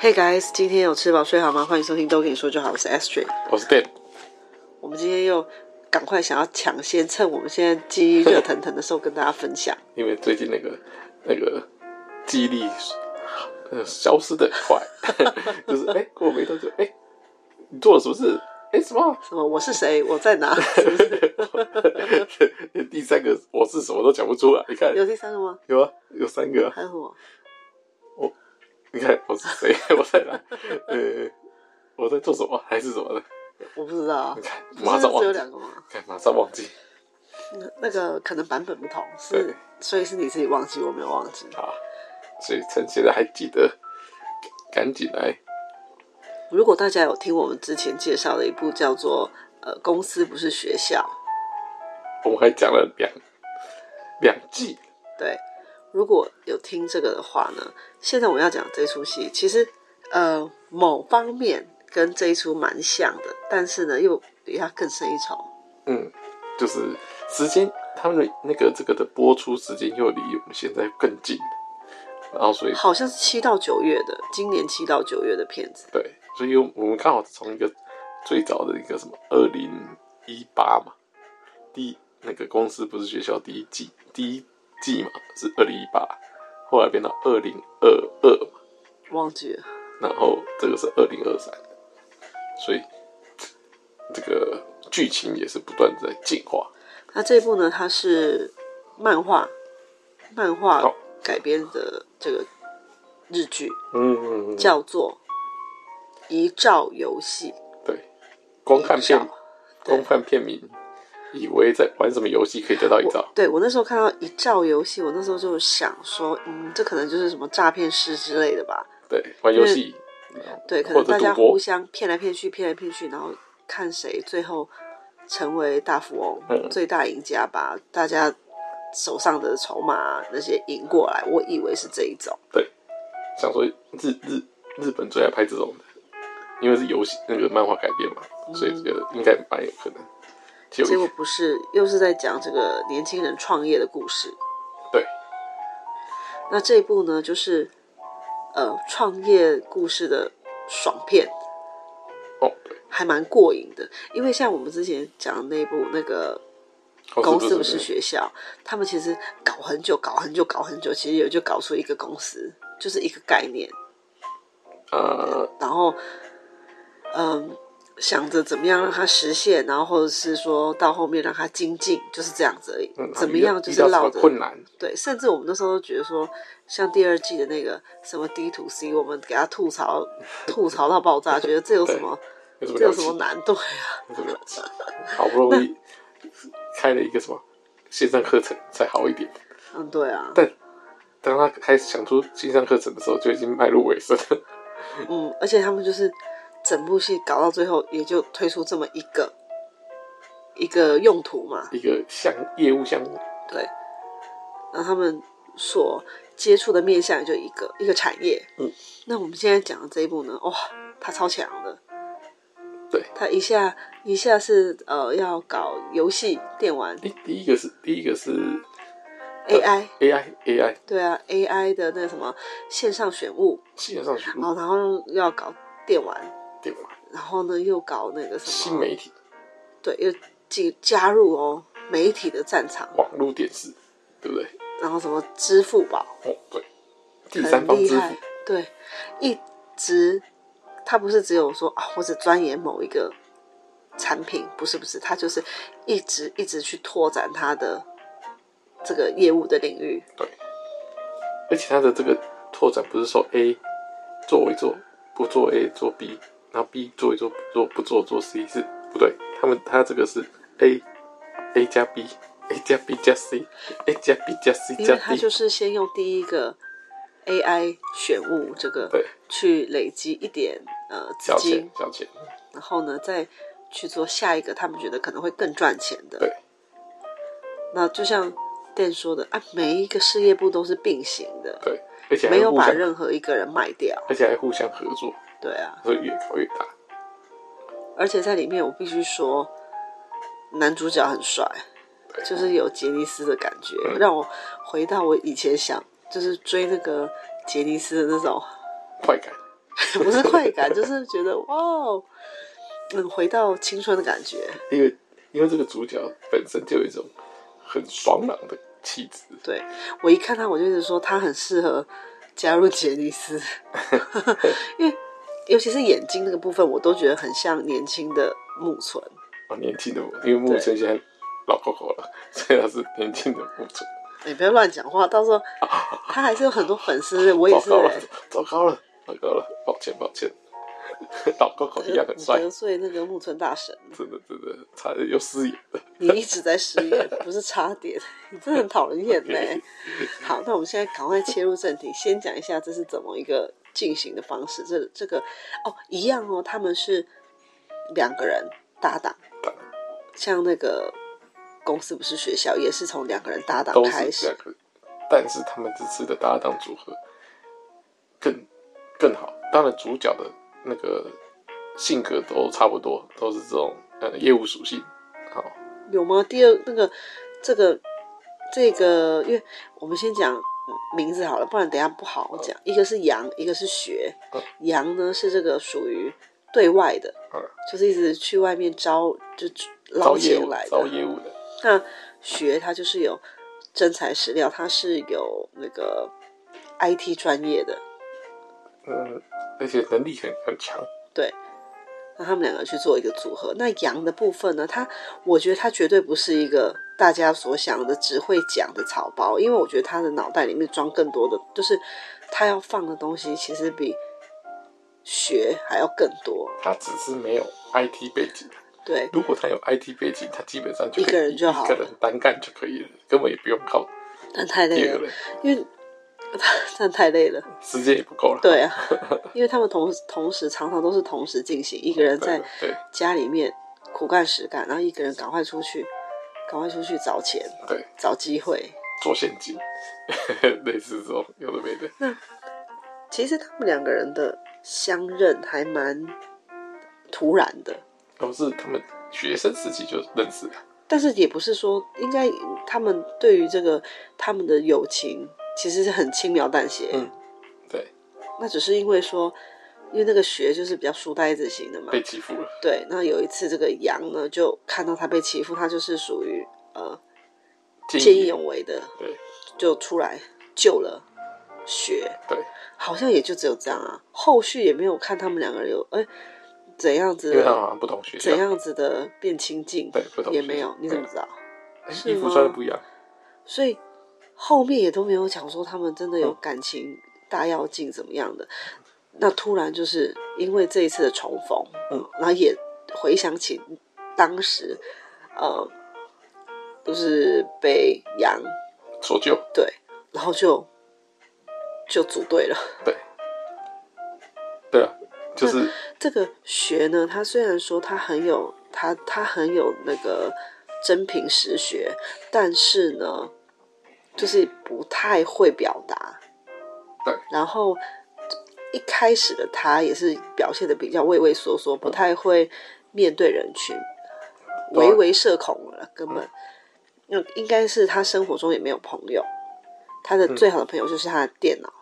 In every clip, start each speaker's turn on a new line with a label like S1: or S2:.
S1: Hey guys，今天有吃饱睡好吗？欢迎收听都跟你说就好，我是 Astrid。
S2: 我是 Dan，
S1: 我们今天又赶快想要抢先，趁我们现在记忆热腾腾的时候跟大家分享。
S2: 因为最近那个那个记忆力呃消失的很快， 就是哎、过没多久，哎、你做了什么事？哎、什么？
S1: 什么？我是谁？我在哪？是不是
S2: 第三个我是什么都讲不出来，你看
S1: 有第三个吗？
S2: 有啊，有三个啊、
S1: 还有什么？
S2: 你看我是谁？ 我在哪？呃，我在做什么？还是什么的？
S1: 我不知道啊
S2: 你。看，
S1: 不
S2: 马
S1: 是只有
S2: 上忘记，
S1: 两个吗？
S2: 看马上忘记，
S1: 那那个可能版本不同，是
S2: 对
S1: 所以是你自己忘记，我没有忘记。
S2: 好，啊所以趁现在还记得，赶紧来
S1: 如果大家有听我们之前介绍的一部叫做《呃公司不是学校》，
S2: 我们还讲了两两季，
S1: 对，如果有听这个的话呢，现在我要讲这出戏，其实呃某方面跟这一出蛮像的，但是呢又比它更胜一筹。
S2: 嗯，就是时间，他们的那个这个的播出时间又离我们现在更近，然后所以
S1: 好像是七到九月的，今年七到九月的片子，
S2: 对，所以我们刚好从一个最早的一个什么二零一八嘛，第一那个公司不是学校第一季第一季嘛是二零一八，后来变到二零二二嘛，
S1: 忘记了。
S2: 然后这个是二零二三，所以这个剧情也是不断地在进化。
S1: 那这部呢，它是漫画漫画
S2: 好
S1: 改编的这个日剧，
S2: 嗯嗯嗯，
S1: 叫做《一兆游戏
S2: 对，光看
S1: 一
S2: 片
S1: 兆，对
S2: 光看片名，以为在玩什么游戏可以得到一》。兆，
S1: 对我那时候看到一兆游戏，我那时候就想说，嗯，这可能就是什么诈骗师之类的吧？
S2: 对，玩游戏，
S1: 对，可
S2: 或
S1: 能
S2: 者
S1: 大家
S2: 赌博
S1: 互相骗来骗去，骗来骗去，然后看谁最后成为大富翁、
S2: 嗯
S1: 最大赢家，把大家手上的筹码那些赢过来。我以为是这一种，
S2: 想说日日日本最爱拍这种的，因为是游戏那个漫画改编嘛，所以觉得应该蛮有可能。
S1: 嗯
S2: 结
S1: 结果
S2: 果
S1: 不是，又是在讲这个年轻人创业的故事。
S2: 对，
S1: 那这一部呢，就是呃创业故事的爽片。
S2: 哦，对，
S1: 还蛮过瘾的，因为像我们之前讲的那部那个
S2: 哦
S1: 公司不是学校，他们其实搞很久、搞很久、搞很久，其实也就搞出一个公司，就是一个概念，
S2: 呃，
S1: 然后嗯，想着怎么样让它实现，然后或者是说到后面让它精进，就是这样子而已。
S2: 嗯
S1: 怎么样就
S2: 遇
S1: 是
S2: 到遇
S1: 绕
S2: 到什么
S1: 着
S2: 困难，
S1: 对，甚至我们那时候都觉得说，像第二季的那个什么 D to C，我们给他吐槽吐槽到爆 炸，觉得这有什么
S2: 有什么
S1: 这有
S2: 了
S1: 什
S2: 不
S1: 么
S2: 起？
S1: 难啊度呀？
S2: 有什么了不起？好不容易开了一个什么线上课程才好一点，
S1: 嗯，对啊，
S2: 但当他开始想出线上课程的时候，就已经迈入尾声了。
S1: 嗯，而且他们就是整部戏搞到最后，也就推出这么一个一个用途嘛。
S2: 一个项业务项目，
S1: 对，然后他们所接触的面向也就一个一个产业。
S2: 嗯，
S1: 那我们现在讲的这一部呢，哇，它超强的。
S2: 对，
S1: 它一下一下是呃要搞游戏电玩
S2: 第第一个是第一个是
S1: AI，
S2: AI AI
S1: 对啊，AI 的那什么线上选物，
S2: 线上学
S1: 然后然后要搞电玩，
S2: 电话
S1: 然后呢又搞那个什么
S2: 新媒体
S1: 对，又进加入哦媒体的战场，
S2: 网络电视，对不对？
S1: 然后什么支付宝，
S2: 哦，对，第三
S1: 很
S2: 方
S1: 厉
S2: 支
S1: 害
S2: 付，，
S1: 对，一直他不是只有说啊，我只钻研某一个产品，不是不是，他就是一直一直去拓展他的这个业务的领域，
S2: 对。而且它的这个拓展不是说 A 做为做，不做 A 做 B，然后 B 做一做不做不做做 C 是不对，他们他这个是 A A 加 B。A 加 B 加 C，A 加 B 加 C
S1: 因
S2: 加
S1: 为他
S2: D，
S1: 就是先用第一个 AI 选物这个
S2: 对
S1: 去累积一点呃资
S2: 小
S1: 金
S2: 钱，小钱，
S1: 然后呢，再去做下一个他们觉得可能会更赚钱的。
S2: 对。
S1: 那就像店说的啊，每一个事业部都是并行的，
S2: 对，而且还
S1: 没有
S2: 互
S1: 把
S2: 相
S1: 任何一个人卖掉。
S2: 而且还互相合作，
S1: 对啊，
S2: 所以越搞越大。
S1: 而且在里面我必须说，男主角很帅，就是有杰尼斯的感觉，让我回到我以前想，就是追那个杰尼斯的那种
S2: 快感，
S1: 不是快感，就是觉得哇哦，嗯，回到青春的感觉。
S2: 因为因为这个主角本身就有一种很爽朗的气质，
S1: 对我一看他，我就一直说他很适合加入杰尼 斯，因为尤其是眼睛那个部分，我都觉得很像年轻的木村。
S2: 啊，年轻的我，因为木村现在老婆婆了，所以他是年轻的木村。
S1: 你不要乱讲话，到时候他还是有很多粉丝，我也
S2: 糟
S1: 是、
S2: 糕了，糟糕了，糟糕了，抱歉抱歉， 老高口一样很帅，
S1: 得罪那个木村大神，
S2: 真的真的差点又失言了。
S1: 你一直在失言，不是差点，你真的很讨人厌呢、好，那我们现在赶快切入正题，先讲一下这是怎么一个进行的方式。这这个哦，一样哦，他们是两个人搭档
S2: 搭，
S1: 像那个公司不是学校，也是从两个人搭档
S2: 都是
S1: 开
S2: 两
S1: 始。
S2: 个，但是他们这次的搭档组合更更好。当然，主角的那个性格都差不多，都是这种呃业务属性。好，
S1: 有吗？第二那个这个这个，因为我们先讲名字好了，不然等一下不好讲。一个是羊，一个是学
S2: 嗯。
S1: 羊呢是这个属于对外的
S2: 嗯，
S1: 就是一直去外面招就捞
S2: 招业
S1: 钱
S2: 务
S1: 来，
S2: 招
S1: 的。
S2: 业务的，
S1: 那学它就是有真材实料，它是有那个 IT 专业的，
S2: 嗯，而且能力很很强。
S1: 那他们两个去做一个组合。那羊的部分呢，它我觉得它绝对不是一个大家所想的只会讲的草包，因为我觉得他的脑袋里面装更多的，就是他要放的东西其实比学还要更多。
S2: 他只是没有 IT 背景，
S1: 对，
S2: 如果他有 IT 背景，他基本上就可以
S1: 一个人就好
S2: 一
S1: 了
S2: 个人单干就可以了，根本也不用靠
S1: 但太
S2: 第
S1: 累
S2: 二
S1: 了，
S2: 个人，
S1: 因为 但太累了。
S2: 时间也不够了。
S1: 对啊，因为他们同同时常常都是同时进行，一个人在
S2: 对对
S1: 家里面苦干实干，然后一个人赶快出去，赶快出去找钱、
S2: 对，
S1: 找机会。
S2: 做陷阱， 类似这种有的没的。
S1: 其实他们两个人的相认还蛮突然的，
S2: 都是他们学生时期就认识的，
S1: 但是也不是说应该他们对于这个他们的友情其实是很轻描淡写，
S2: 嗯对，
S1: 那只是因为说。因为那个学就是比较书呆子型的嘛，
S2: 被欺负了，
S1: 对。那有一次，这个羊呢就看到他被欺负，他就是属于呃见义勇为的，
S2: 对
S1: 就出来救了雪，
S2: 对，
S1: 好像也就只有这样啊。后续也没有看他们两个人有哎、怎样子
S2: 因为他们
S1: 的
S2: 好像不同学校
S1: 怎，样子的变亲近，
S2: 对不同
S1: 也
S2: 学
S1: 没
S2: 校
S1: 有，你怎么知道？
S2: 哎
S1: 是
S2: 衣服
S1: 吗
S2: 穿的不一样，
S1: 所以后面也都没有讲说他们真的有
S2: 嗯
S1: 感情大跃进怎么样的。那突然就是因为这一次的重逢，
S2: 嗯，
S1: 然后也回想起当时，呃，就是被羊
S2: 所救
S1: 对，然后就就组队了。
S2: 对啊，就是
S1: 这个学呢，它虽然说它很有它它很有那个真凭实学，但是呢，就是不太会表达。
S2: 对，
S1: 然后一开始的他也是表现的比较畏畏缩缩，不太会面对人群，
S2: 嗯对啊嗯
S1: 唯唯社恐了，根本。那应该是他生活中也没有朋友，他
S2: 嗯
S1: 的最好的朋友就是他的电脑。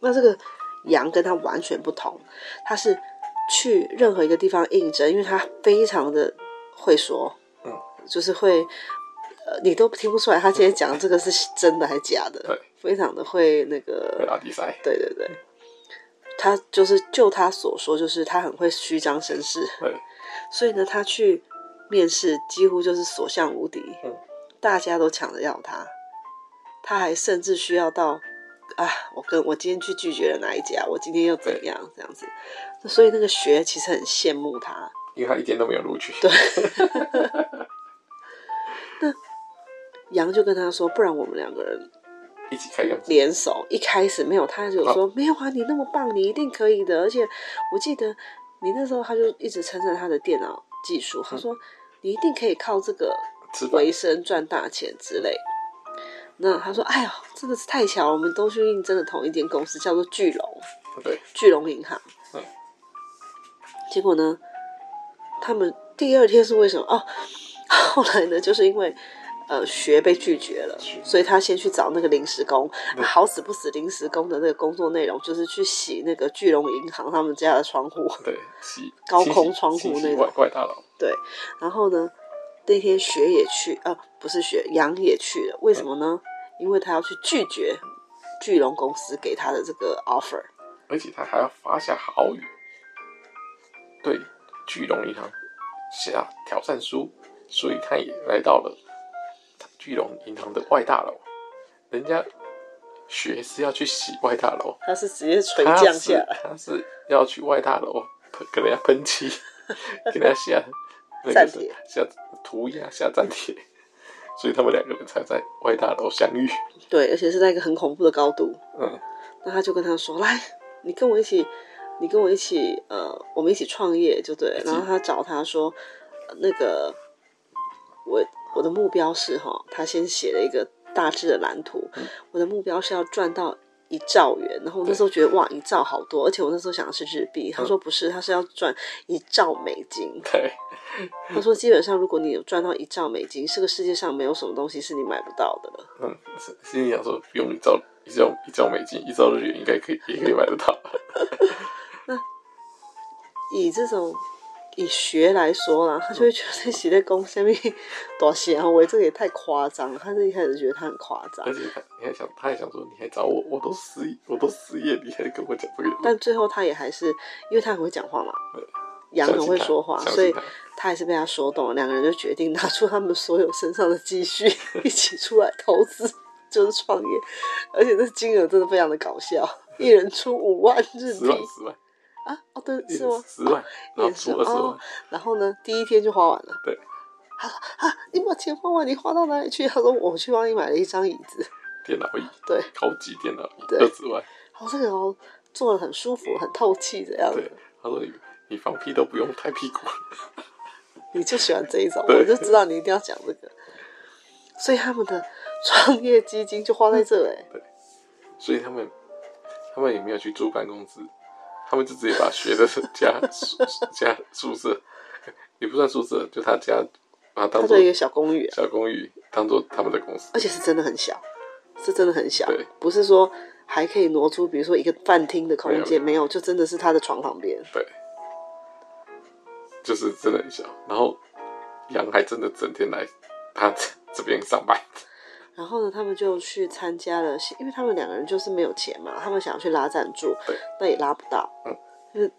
S1: 那这个羊跟他完全不同，他是去任何一个地方应征，因为他非常的会说，
S2: 嗯，
S1: 就是会，呃，你都听不出来他今天讲的这个是真的还是假的，
S2: 对，
S1: 非常的会那
S2: 被
S1: 个，
S2: 拉低赛，
S1: 对对对，他就是就他所说，就是他很会虚张声势，
S2: 对，
S1: 所以呢，他去面试几乎就是所向无敌，
S2: 嗯
S1: 大家都抢着要他，他还甚至需要到啊，我跟我今天去拒绝了哪一家，我今天又怎样这样子，所以那个学其实很羡慕他，
S2: 因为他一点都没有录取，
S1: 对杨就跟他说，不然我们两个人
S2: 一起开个
S1: 联手，一开始没有，他就说、没有啊，你那么棒，你一定可以的。而且我记得你那时候他就一直称赞他的电脑技术，他说、你一定可以靠这个
S2: 吃饭，
S1: 维生赚大钱之类。那他说：“哎呦，真的是太巧了，我们都去应征了同一间公司，叫做巨龙
S2: 对，
S1: 巨龙银行。
S2: 嗯”
S1: 结果 呢，他们第二天是为什么？哦，后来呢，就是因为呃学被拒绝了，所以他先去找那个临时工，啊好死不死临时工的那个工作内容就是去洗那个巨龙银行他们家的窗户，
S2: 对，洗
S1: 高
S2: 清洗
S1: 空窗户
S2: 清洗
S1: 那种
S2: 外外大佬，
S1: 然后呢，那天雪也去，呃，不是雪，杨也去了。为什么呢？因为他要去拒绝巨龙公司给他的这个 offer。
S2: 而且他还要发下豪语，对巨龙银行下挑战书，所以他也来到了巨龙银行的外大楼。人家学是要去洗外大 楼，
S1: 他是直接垂
S2: 他
S1: 降下
S2: 是
S1: 来，
S2: 他是要去外大楼喷给人家喷漆， 给人家下那
S1: 暂
S2: 个
S1: 帖
S2: 是下涂鸦下站帖， 所以他们两个人才在外大楼相遇。
S1: 对，而且是在一个很恐怖的高度。
S2: 嗯，
S1: 那他就跟他说：“来，你跟我一起，你跟我一起，呃，我们一起创业就对了。”
S2: 一起
S1: 然后他找他说：“呃那个，我我的目标是哈，他先写了一个大致的蓝图，
S2: 嗯
S1: 我的目标是要赚到。”一兆元，然后我那
S2: 对嗯
S1: 时候觉得哇，一兆好多，而且我那时候想的是日币，他说不是，他是要赚一兆美金。
S2: 对，嗯
S1: 他说基本上如果你有赚到一兆美金，这个世界上没有什么东西是你买不到的了。
S2: 嗯，心心里想说，不用一兆一兆一兆美金，一兆日元应该可以也可以买得到。
S1: 以这种以学来说啦，他就会觉得这洗在公下面多些啊，我这个也太夸张了。他是一开始觉得他很夸张
S2: 而，且他你还想，他还想说，你还找我，我都失业，我都失业，你还跟我讲这个，
S1: 但最后他也还是因为他很会讲话嘛
S2: 对，
S1: 羊
S2: 相
S1: 很
S2: 信
S1: 会
S2: 他
S1: 说话，
S2: 相
S1: 所以
S2: 信他
S1: 他还是被他说动了。两个人就决定拿出他们所有身上的积蓄 一起出来投资，就是创业，而且这金额真的非常的搞 笑，一人出五万日
S2: 十
S1: 币
S2: 万十万
S1: 啊！哦，对，是吗？
S2: 十万，然后
S1: 也是
S2: 出二十
S1: 哦
S2: 万，。
S1: 然后呢，第一天就花完了。
S2: 对。
S1: 他说啊，你把钱花完，你花到哪里去？他啊 说我去帮你买了一张椅子。
S2: 电脑椅，
S1: 对，
S2: 高级电脑椅
S1: 对
S2: 二十万，
S1: 他说这个哦，坐的很舒服，很透气这样
S2: 对
S1: 子。，
S2: 他说你你放屁都不用拍屁股，
S1: 你就喜欢这一种，
S2: 对
S1: 我就知道你一定要讲这个。所以他们的创业基金就花在这哎、
S2: 嗯所以他们他们也没有去租办公室，他们就直接把学的家宿家宿舍也不算宿舍，就他家把
S1: 他
S2: 它当做
S1: 就一个小公寓、
S2: 小公寓，当做他们的公司。
S1: 而且是真的很小，是真的很小
S2: 对，
S1: 不是说还可以挪出，比如说一个饭厅的空
S2: 没有
S1: 间，没有，就真的是他的床旁边。
S2: 对，就是真的很小。然后羊还真的整天来他这这边上班，
S1: 然后呢，他们就去参加了，因为他们两个人就是没有钱嘛，他们想要去拉赞助
S2: 对，
S1: 那也拉不到。
S2: 嗯，
S1: 就是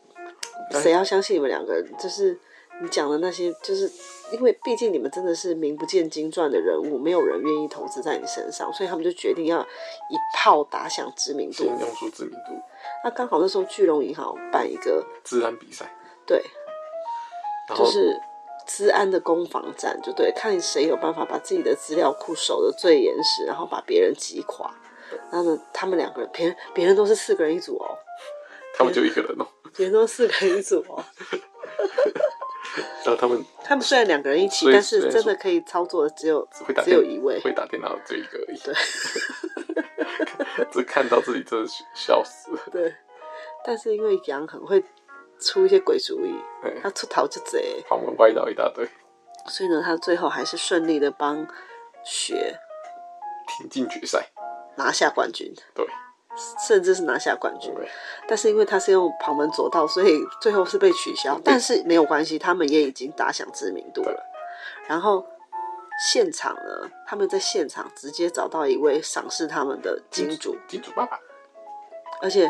S1: 谁要相信你们两个人？就是你讲的那些，就是因为毕竟你们真的是名不见经传的人物，没有人愿意投资在你身上，所以他们就决定要一炮打响知名
S2: 先
S1: 度。
S2: 用出知名度，
S1: 那刚好那时候巨龙银行办一个，
S2: 治安比赛，
S1: 对，
S2: 然后、
S1: 就是资安的攻防战，就对，看谁有办法把自己的资料库守得最严实，然后把别人击垮。然后呢，他们两个人，别人别人都是四个人一组哦，
S2: 他们就一个人哦、
S1: 别人都是四个人一组哦。
S2: 然后他们
S1: 他们虽然两个人一起，
S2: 所以
S1: 但是真
S2: 虽
S1: 的
S2: 然
S1: 可以操作的只有
S2: 会打
S1: 只
S2: 电
S1: 有一位。
S2: 会打电脑只有一个而已。
S1: 对，
S2: 这看到这里真的是笑死了。
S1: 对，但是因为杨很会出一些鬼主意，
S2: 对
S1: 他出逃就贼，
S2: 旁门歪道一大堆，
S1: 所以呢，他最后还是顺利的帮雪
S2: 挺进决赛。
S1: 拿下冠军，
S2: 对，
S1: 甚至是拿下冠军。
S2: 对，
S1: 但是因为他是用旁门左道，所以最后是被取消。但是没有关系，他们也已经打响知名度
S2: 对
S1: 了。然后现场呢，他们在现场直接找到一位赏识他们的金主，
S2: 金主爸爸，
S1: 而且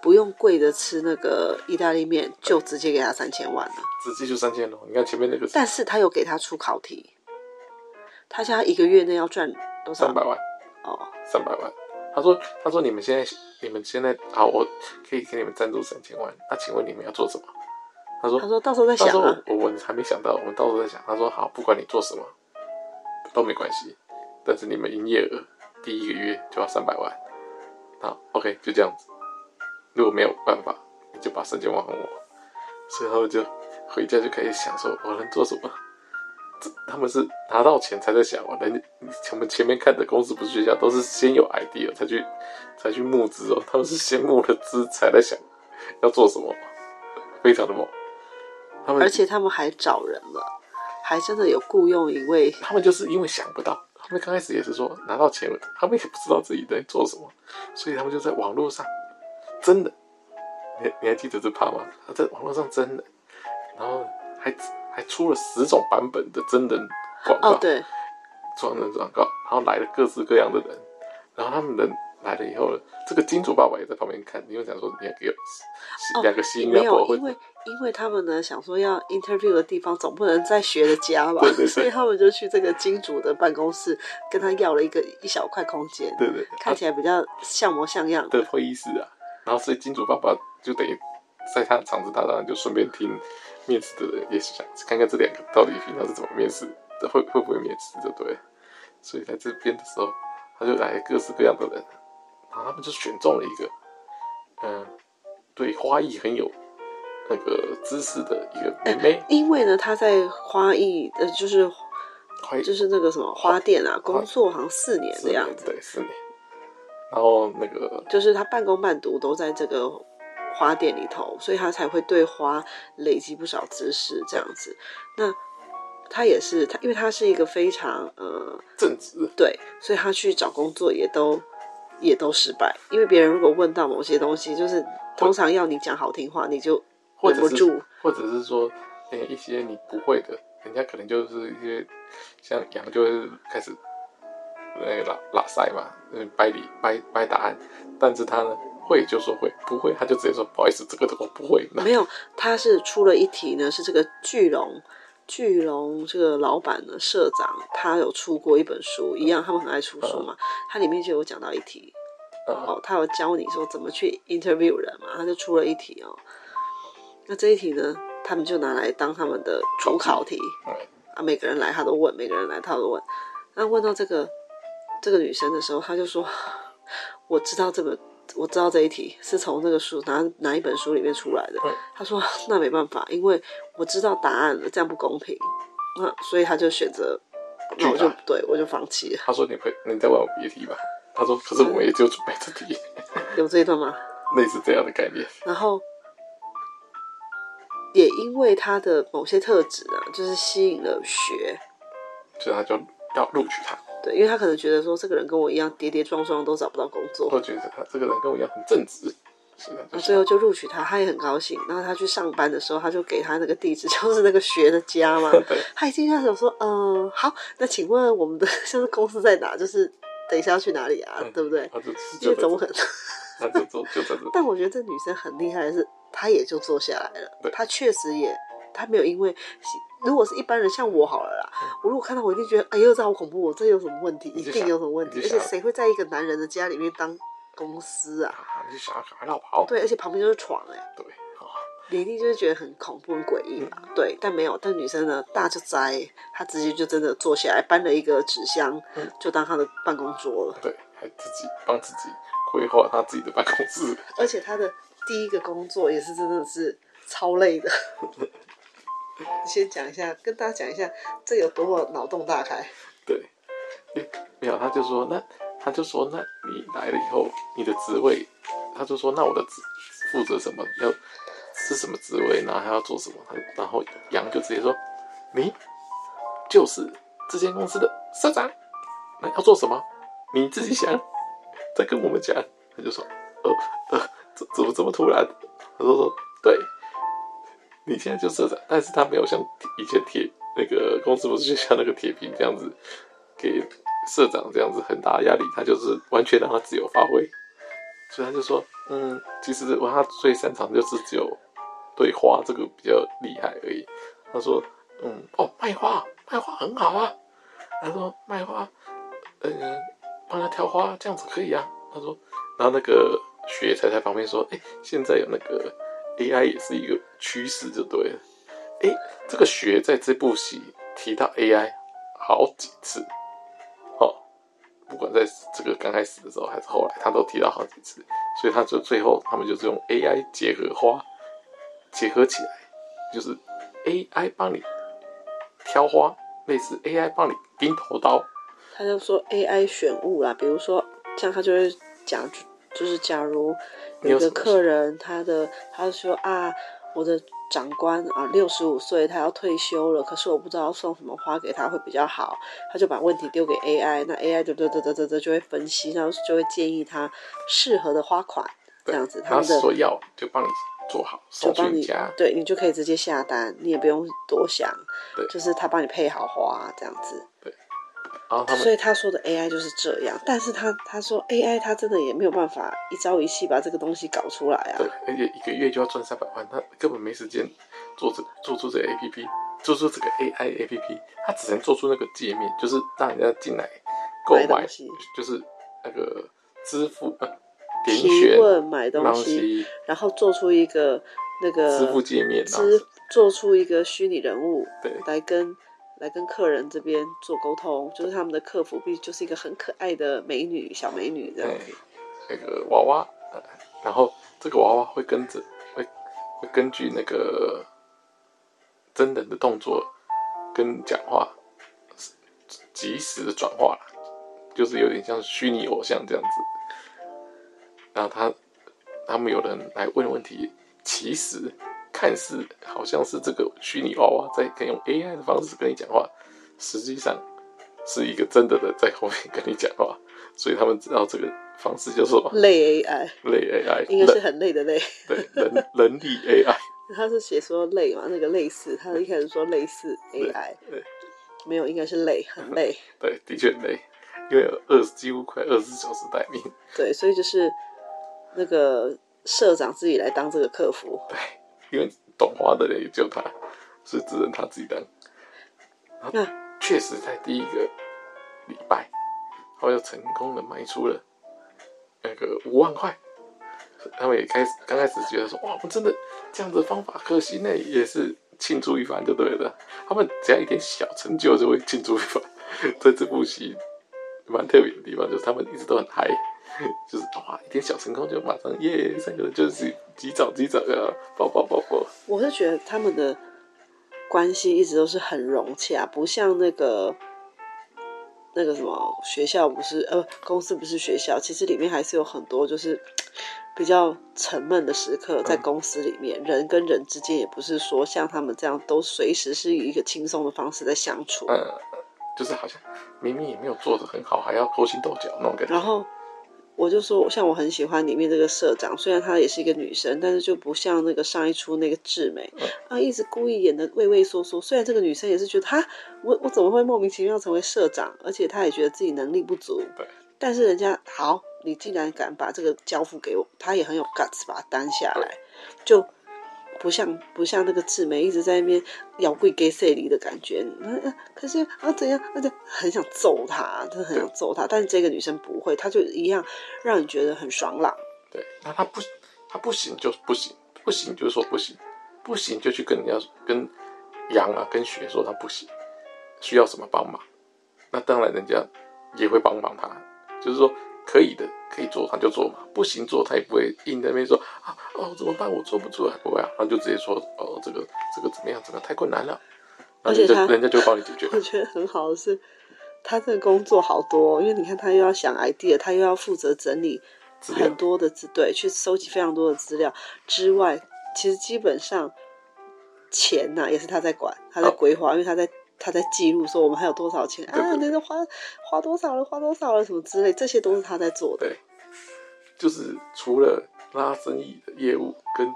S1: 不用跪着吃那个意大利面，就直接给他三千万了。
S2: 直接就三千了。你看前面那个
S1: 但是他有给他出考题，他现在一个月内要赚多少
S2: 三？百万，
S1: 哦，
S2: 三百万。他说：“他说你们现在，你们现在好，我可以给你们赞助三千万。那请问你们要做什么？”他说：“
S1: 他说到时候再
S2: 他
S1: 想
S2: 说
S1: 啊。
S2: 我我还没想到，我们到时候再想。”他说：“好，不管你做什么都没关系，但是你们营业额第一个月就要三百万。好，OK，就这样子。如果没有办法，你就把三千万还我。”所以他们就回家就开始想说：“我能做什么？”这他们是拿到钱才在想哦，人家我们前面看的公司不是学校，都是先有 idea 才去才去募资哦，他们是先募了资才在想要做什么，非常的猛。他们
S1: 而且他们还找人了，还真的有雇佣一位，
S2: 他们就是因为想不到，他们刚开始也是说拿到钱，他们也不知道自己能做什么，所以他们就在网络上真的，你你还记得这趴吗？他在网络上真的，然后还还出了十种版本的真人广告，
S1: 哦，对，
S2: 双人广告，然后来了各式各样的人，然后他们人来了以后呢，这个金主爸爸也在旁边看，因为想说你要给我
S1: 哦
S2: 两个新加
S1: 没
S2: 坡
S1: 有，
S2: 会
S1: 因为因为他们呢想说要 interview 的地方总不能在学的家吧，
S2: 对对对
S1: 所以他们就去这个金主的办公室跟他要了一个一小块空间，
S2: 对对，
S1: 看起来比较像模像样
S2: 的会议室啊，然后所以金主爸爸就等于在他的场子，他当然就顺便听面试的人，也是想看看这两个到底平常是怎么面试的，会会不会面试，就对了。所以在这边的时候，他就来各式各样的人，然后他们就选中了一个，嗯、对花艺很有那个知识的一个妹妹，
S1: 因为呢，他在花艺，呃，就是
S2: 花艺
S1: 就是那个什么花店啊，工作好像四年
S2: 四
S1: 的样
S2: 年
S1: 子，
S2: 对四年，然后那个
S1: 就是他半工半读都在这个花店里头，所以他才会对花累积不少知识这样子。那他也是他，因为他是一个非常呃
S2: 正直
S1: 对，所以他去找工作也都也都失败，因为别人如果问到某些东西，就是通常要你讲好听话，你就
S2: 或
S1: 忍
S2: 者
S1: 不
S2: 是
S1: 住。
S2: 或者是说，哎、一些你不会的，人家可能就是一些像羊就会开始那个拉拉塞嘛，嗯，掰理掰掰答案，但是他呢会就说会，不会他就直接说不好意思，这个我不会。那
S1: 没有，他是出了一题呢，是这个巨龙，巨龙这个老板呢，社长，他有出过一本书，一样，他们很爱出书嘛，
S2: 嗯
S1: 他里面就有讲到一题，
S2: 呃，
S1: 哦，他有教你说怎么去 interview 人嘛，他就出了一题哦，那这一题呢，他们就拿来当他们的主考题
S2: 对
S1: 啊，每个人来他都问，每个人来他都问，那问到这个这个女生的时候，他就说，我知道这个。我知道这一题是从那个书哪哪一本书里面出来的，
S2: 嗯
S1: 他说：“那没办法，因为我知道答案了，这样不公平。”那所以他就选择，
S2: 拒
S1: 那我就
S2: 答
S1: 对我就放弃了。
S2: 他说你会，你再问我别题吧。他说可是我们也就准备这题，
S1: 有这一段吗？
S2: 类似这样的概念。
S1: 然后也因为他的某些特质啊，就是吸引了学，
S2: 所以他就要录取他。
S1: 对，因为他可能觉得说这个人跟我一样跌跌撞撞都找不到工作，
S2: 我觉得他这个人跟我一样很正直，是的，就
S1: 然后
S2: 是。
S1: 最后就录取他，他也很高兴。然后他去上班的时候，他就给他那个地址， 就是那个学的家嘛
S2: 对
S1: 他一进去他想说，嗯、好，那请问我们的 就是公司在哪？就是等一下要去哪里啊？
S2: 嗯
S1: 对不对？
S2: 他就
S1: 因
S2: 就
S1: 为
S2: 在
S1: 总
S2: 这，
S1: 很，
S2: 他就就就在这。
S1: 但我觉得这女生很厉害的是，她也就坐下来了
S2: 对。
S1: 她确实也，她没有因为，如果是一般人像我好了啦，我如果看到我一定觉得，哎呦，这好恐怖，我这有什么问题？一
S2: 就
S1: 定
S2: 想
S1: 有什么问题？
S2: 嗯你就
S1: 而
S2: 想
S1: 且谁会在一个男人的家里面当公司啊？
S2: 啊，你就想要赶快绕跑。
S1: 对，而且旁边就是床、欸，哎，
S2: 对，啊，
S1: 你一定就是觉得很恐怖、很诡异嘛。对，但没有，但女生呢，大就栽、她直接就真的坐下来，搬了一个纸箱
S2: 嗯，
S1: 就当她的办公桌了。
S2: 对，还自己帮自己规划他自己的办公室，
S1: 而且他的第一个工作也是真的是超累的。你先讲一下，跟大家讲一下这有多么脑洞大开。
S2: 对，诶没有，他就说那他就说那你来了以后，你的职位，他就说那我的职负责什么，要是什么职位，然后他要做什么，他然后杨就直接说你就是这间公司的社长，那要做什么你自己想，再跟我们讲。他就说呃呃，怎怎么这么突然？他说说对。你现在就社长，但是他没有像以前铁那个公司不是就像那个铁皮这样子，给社长这样子很大的压力，他就是完全让他自由发挥，所以他就说，嗯，其实我他最擅长就是只有对花这个比较厉害而已。他说，嗯，哦，卖花，卖花很好啊。他说卖花，嗯、帮他挑花这样子可以啊。他说，然后那个雪才在旁边说，哎、现在有那个 AI 也是一个趋势，就对了。哎、这个雪在这部戏提到 AI 好几次，哦，不管在这个刚开始的时候还是后来，他都提到好几次，所以他就最后他们就是用 AI 结合花结合起来，就是 AI 帮你挑花，类似 AI 帮你钉头刀，
S1: 他就说 AI 选物啦，比如说像他就会讲，就是假如有一
S2: 你有什
S1: 个
S2: 么
S1: 客人，他的他就说啊，我的长官啊，六十五岁，他要退休了，可是我不知道送什么花给他会比较好，他就把问题丢给 AI，那 AI 就就就就就就就会分析，然后就会建议他适合的花款，这
S2: 对
S1: 样子，他
S2: 他
S1: 们的
S2: 说要就帮你做好，
S1: 就
S2: 送去
S1: 帮
S2: 你
S1: 你
S2: 家，，
S1: 对你就可以直接下单，你也不用多想
S2: 对，
S1: 就是他帮你配好花这样子。
S2: 然后他们
S1: 所以他说的 AI 就是这样，但是他他说 AI 他真的也没有办法一朝一夕把这个东西搞出来啊
S2: 对。，而且一个月就要赚三百万，他根本没时间做这做出这个 A P P，做出这个 A I A P P，他只能做出那个界面，就是让人家进来购
S1: 买
S2: 买
S1: 东西，
S2: 就是那个支付呃点选
S1: 提问买东
S2: 东
S1: 西，然后做出一个那个
S2: 支付界面，然后
S1: 支做出一个虚拟人物
S2: 对
S1: 来跟来跟客人这边做沟通，就是他们的客服必就是一个很可爱的美女小美女这样子。
S2: 哎那个娃娃，呃然后这个娃娃会跟着会会根据那个真人的动作跟讲话，及时的转化，就是有点像虚拟偶像这样子。然后他他们有人来问问题，其实看似好像是这个虚拟娃娃在可以用 AI 的方式跟你讲话，实际上是一个真的的在后面跟你讲话，所以他们知道这个方式叫做
S1: 累 AI
S2: 类 AI，
S1: 应该是
S2: 人
S1: 很累的累，
S2: 对人人力 AI，
S1: 他是写说累嘛，那个类似，他一开始说类似 AI，
S2: 对
S1: 没有，应该是累，很累。
S2: 对，的确很累，因为二十几乎快二十四小时待命，
S1: 对，所以就是那个社长自己来当这个客服，
S2: 因为懂花的人也就他，所以只能他自己当。
S1: 那
S2: 确实在第一个礼拜，他们就成功的卖出了那个五万块。他们也开始刚开始觉得说，哇，我们真的这样子的方法可行呢，也是庆祝一番就对了。他们只要一点小成就就会庆祝一番。在 这部戏蛮特别的地方就是他们一直都很嗨， 就是哇一点小成功就马上耶，三个人就是击掌击掌啊，抱抱抱抱。
S1: 我是觉得他们的关系一直都是很融洽，不像那个那个什么学校不是呃公司不是学校，其实里面还是有很多就是比较沉闷的时刻在公司里面，人跟人之间也不是说像他们这样都随时是以一个轻松的方式在相处，
S2: 呃，就是好像明明也没有做的很好，还要勾心斗角那种感觉。
S1: 然后。我就说，像我很喜欢里面这个社长，虽然她也是一个女生，但是就不像那个上一出那个志美
S2: 嗯
S1: 啊，一直故意演的畏畏缩缩。虽然这个女生也是觉得，哈，我我怎么会莫名其妙成为社长？而且她也觉得自己能力不足。
S2: 对。
S1: 但是人家好，你竟然敢把这个交付给我，她也很有 guts 把它担下来，就不像不像那个志美一直在那边摇柜给谁离的感觉。嗯嗯可是啊怎样啊怎样，很想揍她，真的很想
S2: 对
S1: 揍她。但是这个女生不会，她就一样让你觉得很爽朗。
S2: 对，那他不他不行就不行，不行就说不行，不行就去跟人家跟羊啊跟雪说他不行，需要什么帮忙，那当然人家也会帮忙他，就是说可以的可以做他就做嘛，不行做他也不会硬在那边说啊哦怎么办我做不出来不会啊，然后就直接说哦这个这个怎么样怎么样太困难了，
S1: 而
S2: 然后
S1: 且
S2: 人
S1: 他
S2: 家人家就会帮你解决。
S1: 我觉得很好的是，他这个工作好多、哦，因为你看他又要想 idea，他又要负责整理
S2: 资料
S1: 很多的资，对，去收集非常多的资料之外，其实基本上钱呐、也是他在管，他在
S2: 哦
S1: 规划，因为他在。他在记录说我们还有多少钱
S2: 对
S1: 啊？那个花花多少了，花多少了，什么之类，这些都是他在做的。
S2: 对，就是除了拉生意的业务跟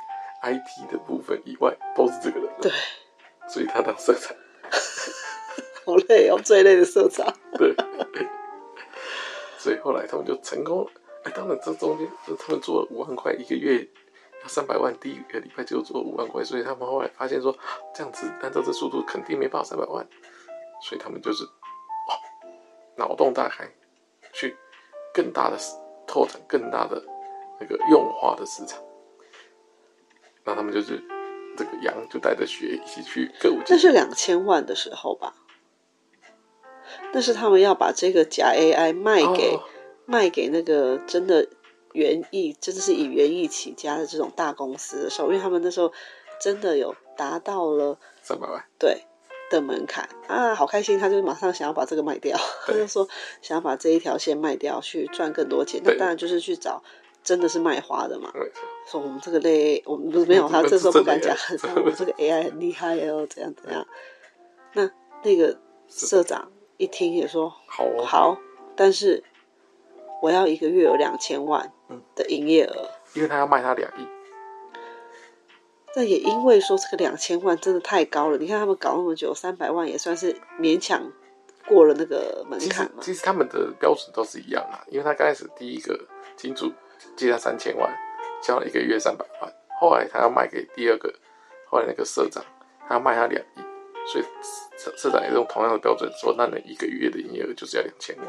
S2: IT 的部分以外，都是这个人。
S1: 对，
S2: 所以他当社长。
S1: 好累哦，最累的社长。
S2: 对，所以后来他们就成功了。哎，当然这中间他们做了五万块，一个月要三百万，第一个礼拜就做五万块，所以他们后来发现说这样子按照这速度肯定没办法三百万，所以他们就是哇脑洞大开，去更大的市拓展更大的那个用花的市场。那他们就是这个羊就带着雪一起去歌舞伎
S1: 那是两千万的时候吧？那是他们要把这个假 AI 卖给、
S2: 哦
S1: 卖给那个真的园艺，真的是以园艺起家的这种大公司的时候，因为他们那时候真的有达到了
S2: 三百万。
S1: 对的门槛啊，好开心！他就马上想要把这个卖掉，他就说想要把这一条线卖掉去赚更多钱。那
S2: 对
S1: 当然就是去找真的是卖花的嘛。
S2: 没错，
S1: 说我们这个类，我们不是没有他，
S2: 这
S1: 这时候不敢
S2: 这个
S1: 讲，
S2: AI
S1: 说我们这个 AI 很厉害哦，怎样怎样。那那个社长一听也说
S2: 好哦，
S1: 好，但是我要一个月有两千万的营业额。
S2: 因为他要卖他两亿，
S1: 那也因为说这个两千万真的太高了，你看他们搞那么久，三百万也算是勉强过了那个门
S2: 其
S1: 槛
S2: 实
S1: 嘛。
S2: 其实他们的标准都是一样啦，因为他刚开始第一个金主借他三千万，交了一个月三百万，后来他要卖给第二个，后来那个社长他要卖他两亿，所以社社长也用同样的标准说，那你一个月的营业额就是要两千万，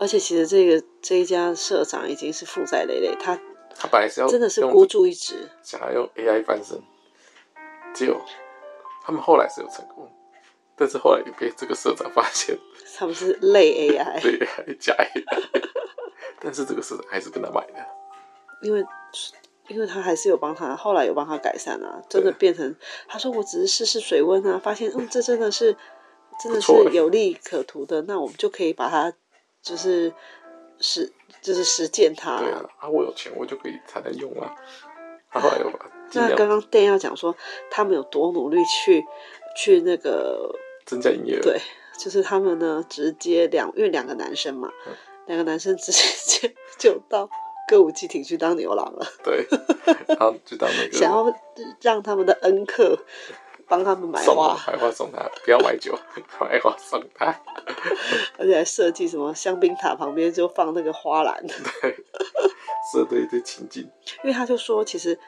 S1: 而且其实这个这一家社长已经是负债累累，他
S2: 他本来是要
S1: 真的是
S2: 用
S1: 孤注一掷。
S2: 想要用 AI 翻身，结果他们后来是有成功，但是后来也被这个社长发现，
S1: 他们是类 AI，
S2: 对，还假 AI，但是这个社长还是跟他买的。
S1: 因为因为他还是有帮他，后来有帮他改善啊，真的
S2: 对
S1: 变成他说我只是试试水温啊，发现嗯这真的是真的是
S2: 不错欸
S1: 有利可图的，那我们就可以把它就是实就是实践它。
S2: 对啊，啊，我有钱我就可以才能用啊。然后还有把尽
S1: 那刚
S2: 量
S1: 刚店要讲说他们有多努力去去那个，
S2: 增加营业额
S1: 对，就是他们呢直接两，因为两个男生嘛，
S2: 嗯
S1: 两个男生直接 就到歌舞伎町去当牛郎了，
S2: 对，然后就当那个
S1: 想要让他们的恩客帮他们买
S2: 送啊
S1: 花，
S2: 买花送他，不要买酒， 买花送他。
S1: 而且还设计什么香槟塔旁边就放那个花篮，
S2: 对，设对对情境，
S1: 因为他就说其实，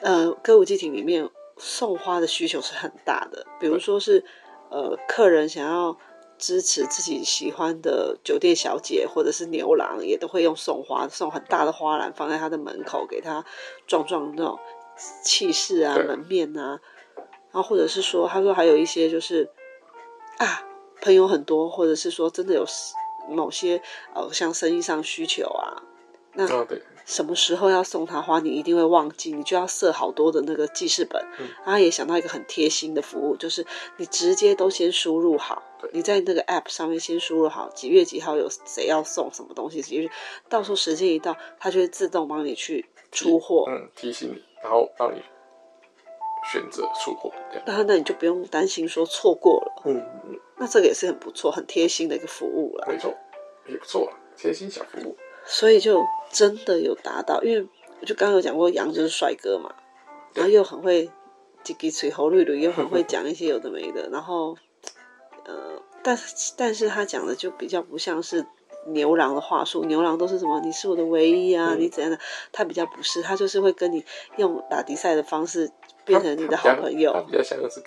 S1: 呃，歌舞伎町里面送花的需求是很大的，比如说是呃，客人想要支持自己喜欢的酒店小姐或者是牛郎，也都会用送花送很大的花篮放在他的门口，给他壮壮那种气势啊、
S2: 对
S1: 门面啊，然后或者是说，他说还有一些就是啊，朋友很多，或者是说真的有某些呃，像生意上需求啊，
S2: 啊对，
S1: 什么时候要送他花，你一定会忘记，你就要设好多的那个记事本。
S2: 嗯
S1: 然后也想到一个很贴心的服务，就是你直接都先输入好
S2: 对，
S1: 你在那个 app 上面先输入好几月几号有谁要送什么东西，其实到时候时间一到，它就会自动帮你去出货。
S2: 嗯，提醒你，然后让你选择出货这样。
S1: 那那你就不用担心说错过了，
S2: 嗯，
S1: 那这个也是很不错、很贴心的一个服务了。
S2: 没错，也不错，贴心小服务。
S1: 所以就真的有达到，因为我就刚刚有讲过，杨就是帅哥嘛，然后又很会叽叽吹喉绿绿，又很会讲一些有的没的，然后呃，但是但是他讲的就比较不像是牛郎的话术，牛郎都是什么你是我的唯一啊，
S2: 嗯
S1: 你怎样的，他比较不是，他就是会跟你用打迪赛的方式变成你的好朋
S2: 他
S1: 友，
S2: 比较像是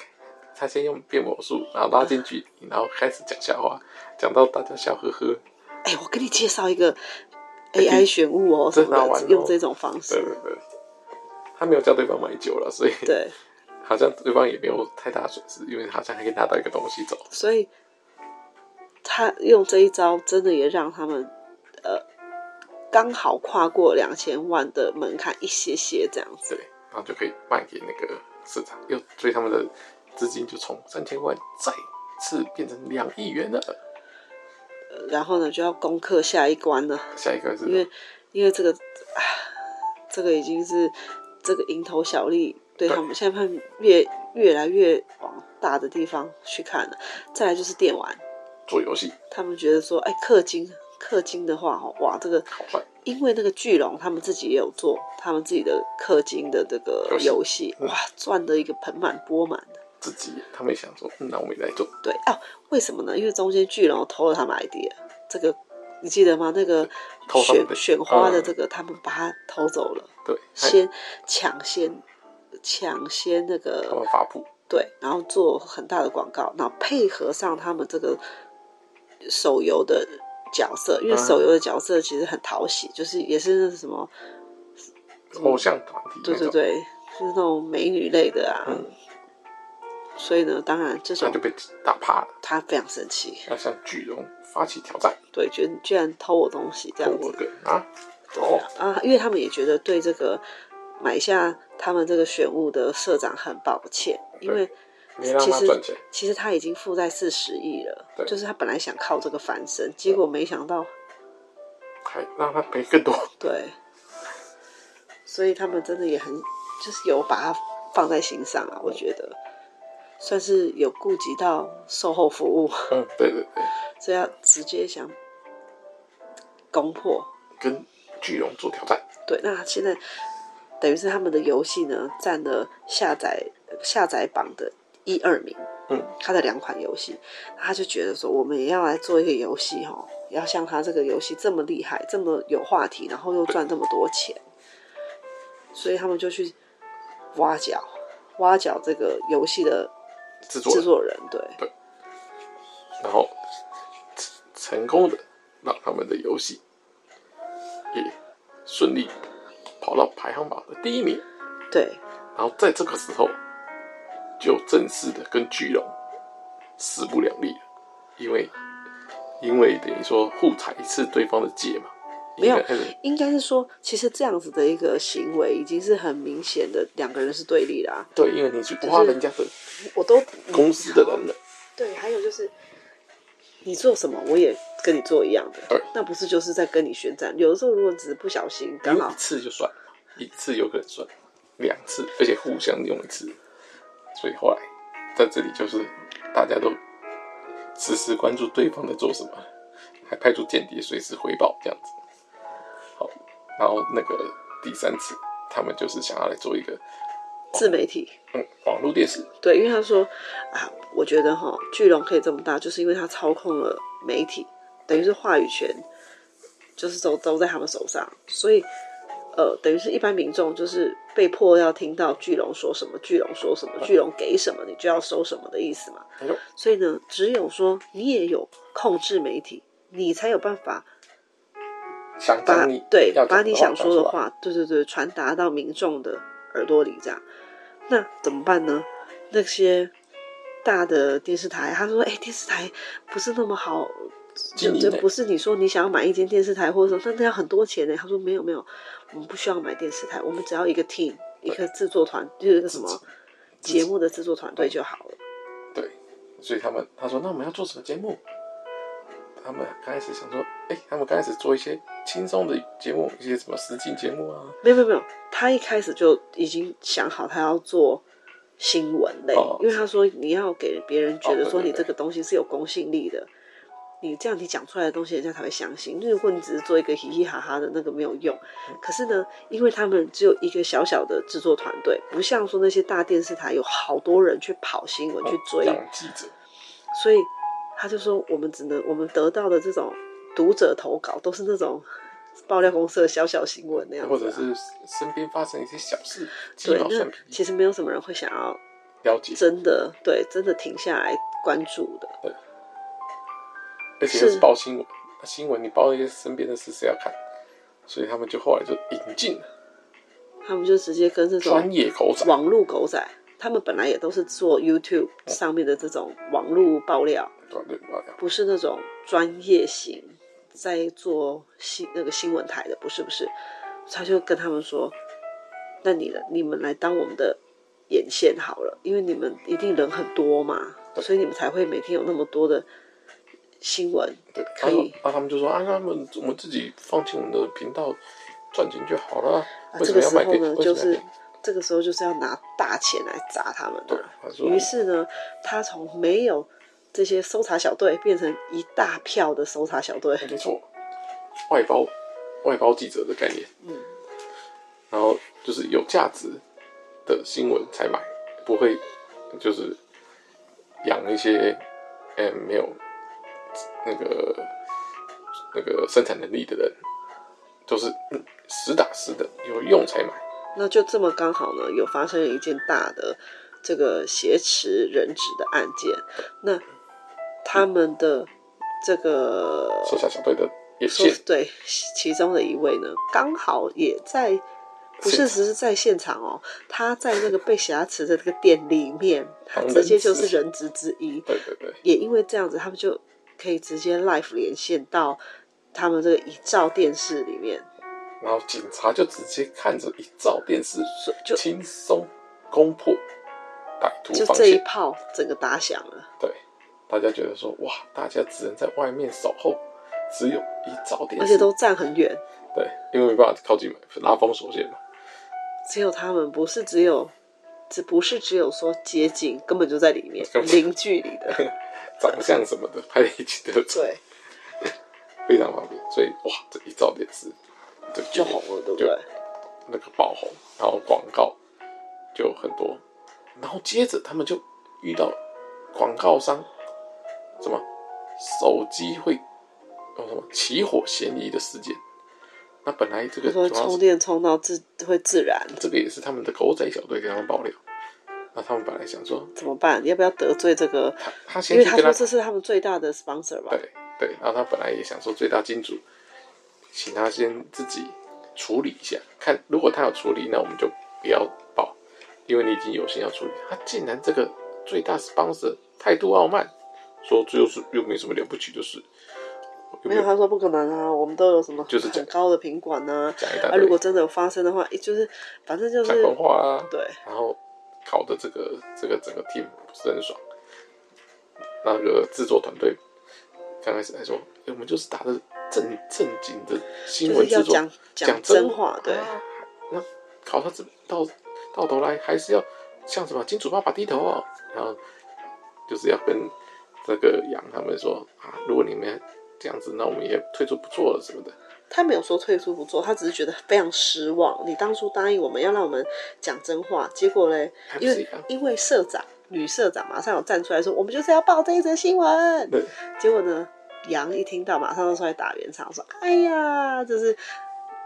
S2: 他先用变魔术，然后拉近距离，然后开始讲笑话，讲到大家笑呵呵。
S1: 哎，我跟你介绍一个
S2: 哎
S1: AI 选物哦什
S2: 真好
S1: 么
S2: 玩
S1: 的，
S2: 哦
S1: 用这种方
S2: 对
S1: 式，
S2: 对对，他没有叫对方买酒了，所以
S1: 对。
S2: 好像对方也没有太大损失，因为好像还可以拿到一个东西走。
S1: 所以他用这一招，真的也让他们呃刚好跨过两千万的门槛一些些这样子。
S2: 对，然后就可以卖给那个市场，又所以他们的资金就从三千万再次变成两亿元了。
S1: 呃然后呢，就要攻克下一关了，
S2: 下一个是
S1: 因为因为这个啊，这个已经是这个蝇头小利对他们，现在他们越越来越往大的地方去看了。再来就是电玩，
S2: 做游戏，
S1: 他们觉得说，哎，氪金氪金的话，哦哇，这个
S2: 好坏
S1: 因为那个巨龙他们自己也有做他们自己的氪金的这个
S2: 游戏嗯
S1: 游戏，哇，赚的一个盆满钵满。
S2: 自己他们也想说，嗯，那我们也来做，
S1: 对哦，为什么呢？因为中间巨龙偷了他们 idea，这个你记得吗？那个
S2: 偷他们
S1: 选
S2: 的
S1: 选花的
S2: 嗯
S1: 这个，他们把它偷走了，
S2: 对，还
S1: 先抢先抢先那
S2: 他
S1: 个
S2: 们发布，
S1: 对，然后做很大的广告，然后配合上他们这个手游的角色，因为
S2: 嗯
S1: 手游的角色其实很讨喜，就是也是那什么。
S2: 偶像团体
S1: 对对
S2: 那种，
S1: 对，就是那种美女类的啊。
S2: 嗯
S1: 所以呢，当然这
S2: 那
S1: 种
S2: 就被打趴了。
S1: 他非常生气，
S2: 要向巨龙发起挑战，
S1: 对，觉得你居然偷我东西这
S2: 破
S1: 样
S2: 我
S1: 子
S2: 个啊！哦，
S1: 啊，因为他们也觉得对这个买下他们这个选物的社长很抱歉，因为
S2: 没让
S1: 其
S2: 他
S1: 实
S2: 赚钱，
S1: 其实他已经负债四十亿了，
S2: 对
S1: 就是他本来想靠这个翻身，结果没想到
S2: 还让他赔更多。
S1: 对，所以他们真的也很就是有把它放在心上啊，我觉得算是有顾及到售后服务，
S2: 嗯，对对对，
S1: 所以要直接想攻破。
S2: 跟巨龙做挑战，
S1: 对，那现在等于是他们的游戏呢，占了下载下载榜的一二名。
S2: 嗯，
S1: 他的两款游戏，那他就觉得说，我们也要来做一个游戏哦，要像他这个游戏这么厉害，这么有话题，然后又赚这么多钱，所以他们就去挖角挖角这个游戏的
S2: 制作
S1: 制
S2: 人，
S1: 作人，对，
S2: 然后成成功的让他们的游戏也顺利跑到排行榜的第一名。
S1: 对，
S2: 然后在这个时候，就正式的跟巨龙势不两立了，因为因为等于说互踩一次对方的界嘛，
S1: 没有
S2: 应该是
S1: 应该是说，其实这样子的一个行为已经是很明显的两个人是对立啦、
S2: 对，因为你去挖人家的
S1: 我都
S2: 公司的人了，
S1: 对，还有就是你做什么，我也跟你做一样的，
S2: 对
S1: 那不是就是在跟你宣战？有的时候如果只是不小心，嗯刚
S2: 因为
S1: 好
S2: 一次就算了，一次有可能算两次，而且互相用一次，所以后来在这里就是大家都时时关注对方在做什么，还派出间谍随时回报这样子。好，然后那个第三次，他们就是想要来做一个
S1: 自媒体，
S2: 嗯网络电视，
S1: 对，因为他说啊，我觉得哈，巨龙可以这么大，就是因为他操控了媒体，等于是话语权，就是都都在他们手上，所以。呃，等于是一般民众就是被迫要听到巨龙说什么，巨龙说什么，巨龙给什么，你就要收什么的意思嘛。
S2: 哎呦，
S1: 所以呢，只有说你也有控制媒体，你才有办法
S2: 想
S1: 把
S2: 讲你
S1: 对
S2: 要
S1: 把
S2: 讲
S1: 你想
S2: 说
S1: 说的
S2: 话，
S1: 话，对对对，传达到民众的耳朵里这样。那怎么办呢？那些大的电视台，他说：“哎、电视台不是那么好，就
S2: 经营
S1: 就
S2: 的
S1: 不是你说你想要买一间电视台或者什么，那要很多钱呢。”他说：“没有没有，我们不需要买电视台，我们只要一个 team，一
S2: 呃
S1: 个制作团，就是一个什么节目的制作团队就好了。
S2: 对，所以他们他说那我们要做什么节目？他们刚开始想说，哎、他们刚开始做一些轻松的节目，一些什么实境节目啊，”
S1: 没有没有没有，他一开始就已经想好他要做新闻类，
S2: 哦
S1: 因为他说你要给别人觉得说
S2: 哦对对
S1: 你这个东西是有公信力的，你这样你讲出来的东西人家才会相信。如果你只是做一个嘻嘻哈哈的那个没有用。
S2: 嗯
S1: 可是呢，因为他们只有一个小小的制作团队，不像说那些大电视台有好多人去跑新
S2: 哦
S1: 闻去追，
S2: 养记者，
S1: 所以他就说我们只能我们得到的这种读者投稿都是那种爆料公司的小小新闻那样子、啊，
S2: 或者是身边发生一些小事，鸡
S1: 对，
S2: 毛
S1: 那
S2: 蒜皮
S1: 其实没有什么人会想要
S2: 了解，
S1: 真的对真的停下来关注的。
S2: 而且又
S1: 是
S2: 是报新闻，那新闻你报一些身边的事，谁要看？所以他们就后来就引进了
S1: 他们就直接跟这
S2: 专
S1: 种
S2: 业狗仔，
S1: 网络狗仔，他们本来也都是做
S2: 哦
S1: YouTube 上面的这种网络爆料，
S2: 对对对，
S1: 不是那种专业型在做新那个新闻台的，不是不是。他就跟他们说：“那你呢？你们来当我们的眼线好了，因为你们一定人很多嘛，所以你们才会每天有那么多的新闻
S2: 对，
S1: 可以
S2: 然后然后他们就说啊，那他们我们自己放进我们的频道赚钱就好了，
S1: 啊
S2: 为
S1: 这
S2: 什么
S1: 个
S2: 要
S1: 时
S2: 卖
S1: 候
S2: 给？
S1: 呢，
S2: 为什
S1: 就
S2: 么要
S1: 是
S2: 给
S1: 这个时候就是要拿大钱来砸他们
S2: 对
S1: 的。，
S2: 他说
S1: 于是呢，他从没有这些搜查小队变成一大票的搜查小队，
S2: 没错，外包外包记者的概念，嗯，然后就是有价值的新闻才买，不会就是养一些嗯、没有那个那个生产能力的人，都是嗯实打实的有用才买，
S1: 那就这么刚好呢，有发生了一件大的这个挟持人质的案件，那他们的这个
S2: 搜查小队的也
S1: 说
S2: 线
S1: 对，其中的一位呢，刚好也在，不是
S2: 现
S1: 只是在现场哦，他在那个被挟持的这个店里面，他
S2: 当
S1: 直接
S2: 人质
S1: 就是人质之一。
S2: 对对对，
S1: 也因为这样子，他们就可以直接 live 连线到他们这个一兆电视里面，
S2: 然后警察就直接看着一照电视，
S1: 所以就
S2: 轻松攻破歹徒
S1: 就
S2: 防
S1: 这一
S2: 线。
S1: 炮整个打响了。
S2: 对，大家觉得说哇，大家只能在外面守候，只有一早点，
S1: 而且都站很远，
S2: 对，因为没办法靠近嘛，拉封锁线嘛，
S1: 只有他们，不是只有，只不是只有说接近，根本就在里面
S2: 根本
S1: 零距离的，
S2: 长相什么的拍在一起都
S1: 对，
S2: 非常方便，所以哇，这一照电视就
S1: 就红了，对不对？
S2: 那个爆红，然后广告就很多，然后接着他们就遇到广告商什么手机会有什么起火嫌疑的事件，那本来这个
S1: 你说
S2: 主要
S1: 充
S2: 是
S1: 电充到自会自燃
S2: 这个也是他们的狗仔小队给他们爆料，那他们本来想说
S1: 怎么办？要不要得罪这个？
S2: 他他
S1: 因
S2: 先
S1: 为
S2: 去
S1: 他
S2: 跟
S1: 说
S2: 他
S1: 这是他们最大的 sponsor 吧？
S2: 对对，然后他本来也想说最大金主，请他先自己处理一下，看如果他有处理，那我们就不要报，因为你已经有心要处理。他竟然这个最大 sponsor 态度傲慢，说这又是又没什么了不起的事，
S1: 没
S2: 又没
S1: 有，
S2: 有
S1: 他说不可能啊，我们都有什么
S2: 就是
S1: 很
S2: 这样
S1: 高的品管呢、
S2: 讲一
S1: 啊？
S2: 大
S1: 啊，如
S2: 堆
S1: 果真的有发生的话，诶就是反正就是
S2: 讲空话啊，
S1: 对，
S2: 然后搞得这个这个整个 team 不是很爽。那个制作团队刚开始还说，诶我们就是打着正正经的新
S1: 就
S2: 闻
S1: 是要
S2: 制作，
S1: 讲
S2: 讲
S1: 真
S2: 真
S1: 话，对，
S2: 啊那搞到这到到头来还是要向什么金主爸爸低头哦，然后就是要跟这个杨他们说啊，如果你们这样子，那我们也退出不做了什么的。
S1: 他没有说退出不做，他只是觉得非常失望。你当初答应我们要让我们讲真话，结果嘞，
S2: 还不
S1: 因
S2: 是一
S1: 为
S2: 样
S1: 因为社长女社长马上有站出来说，我们就是要报这一则新闻
S2: 对。
S1: 结果呢，杨一听到马上就出来打圆场说：“哎呀，就是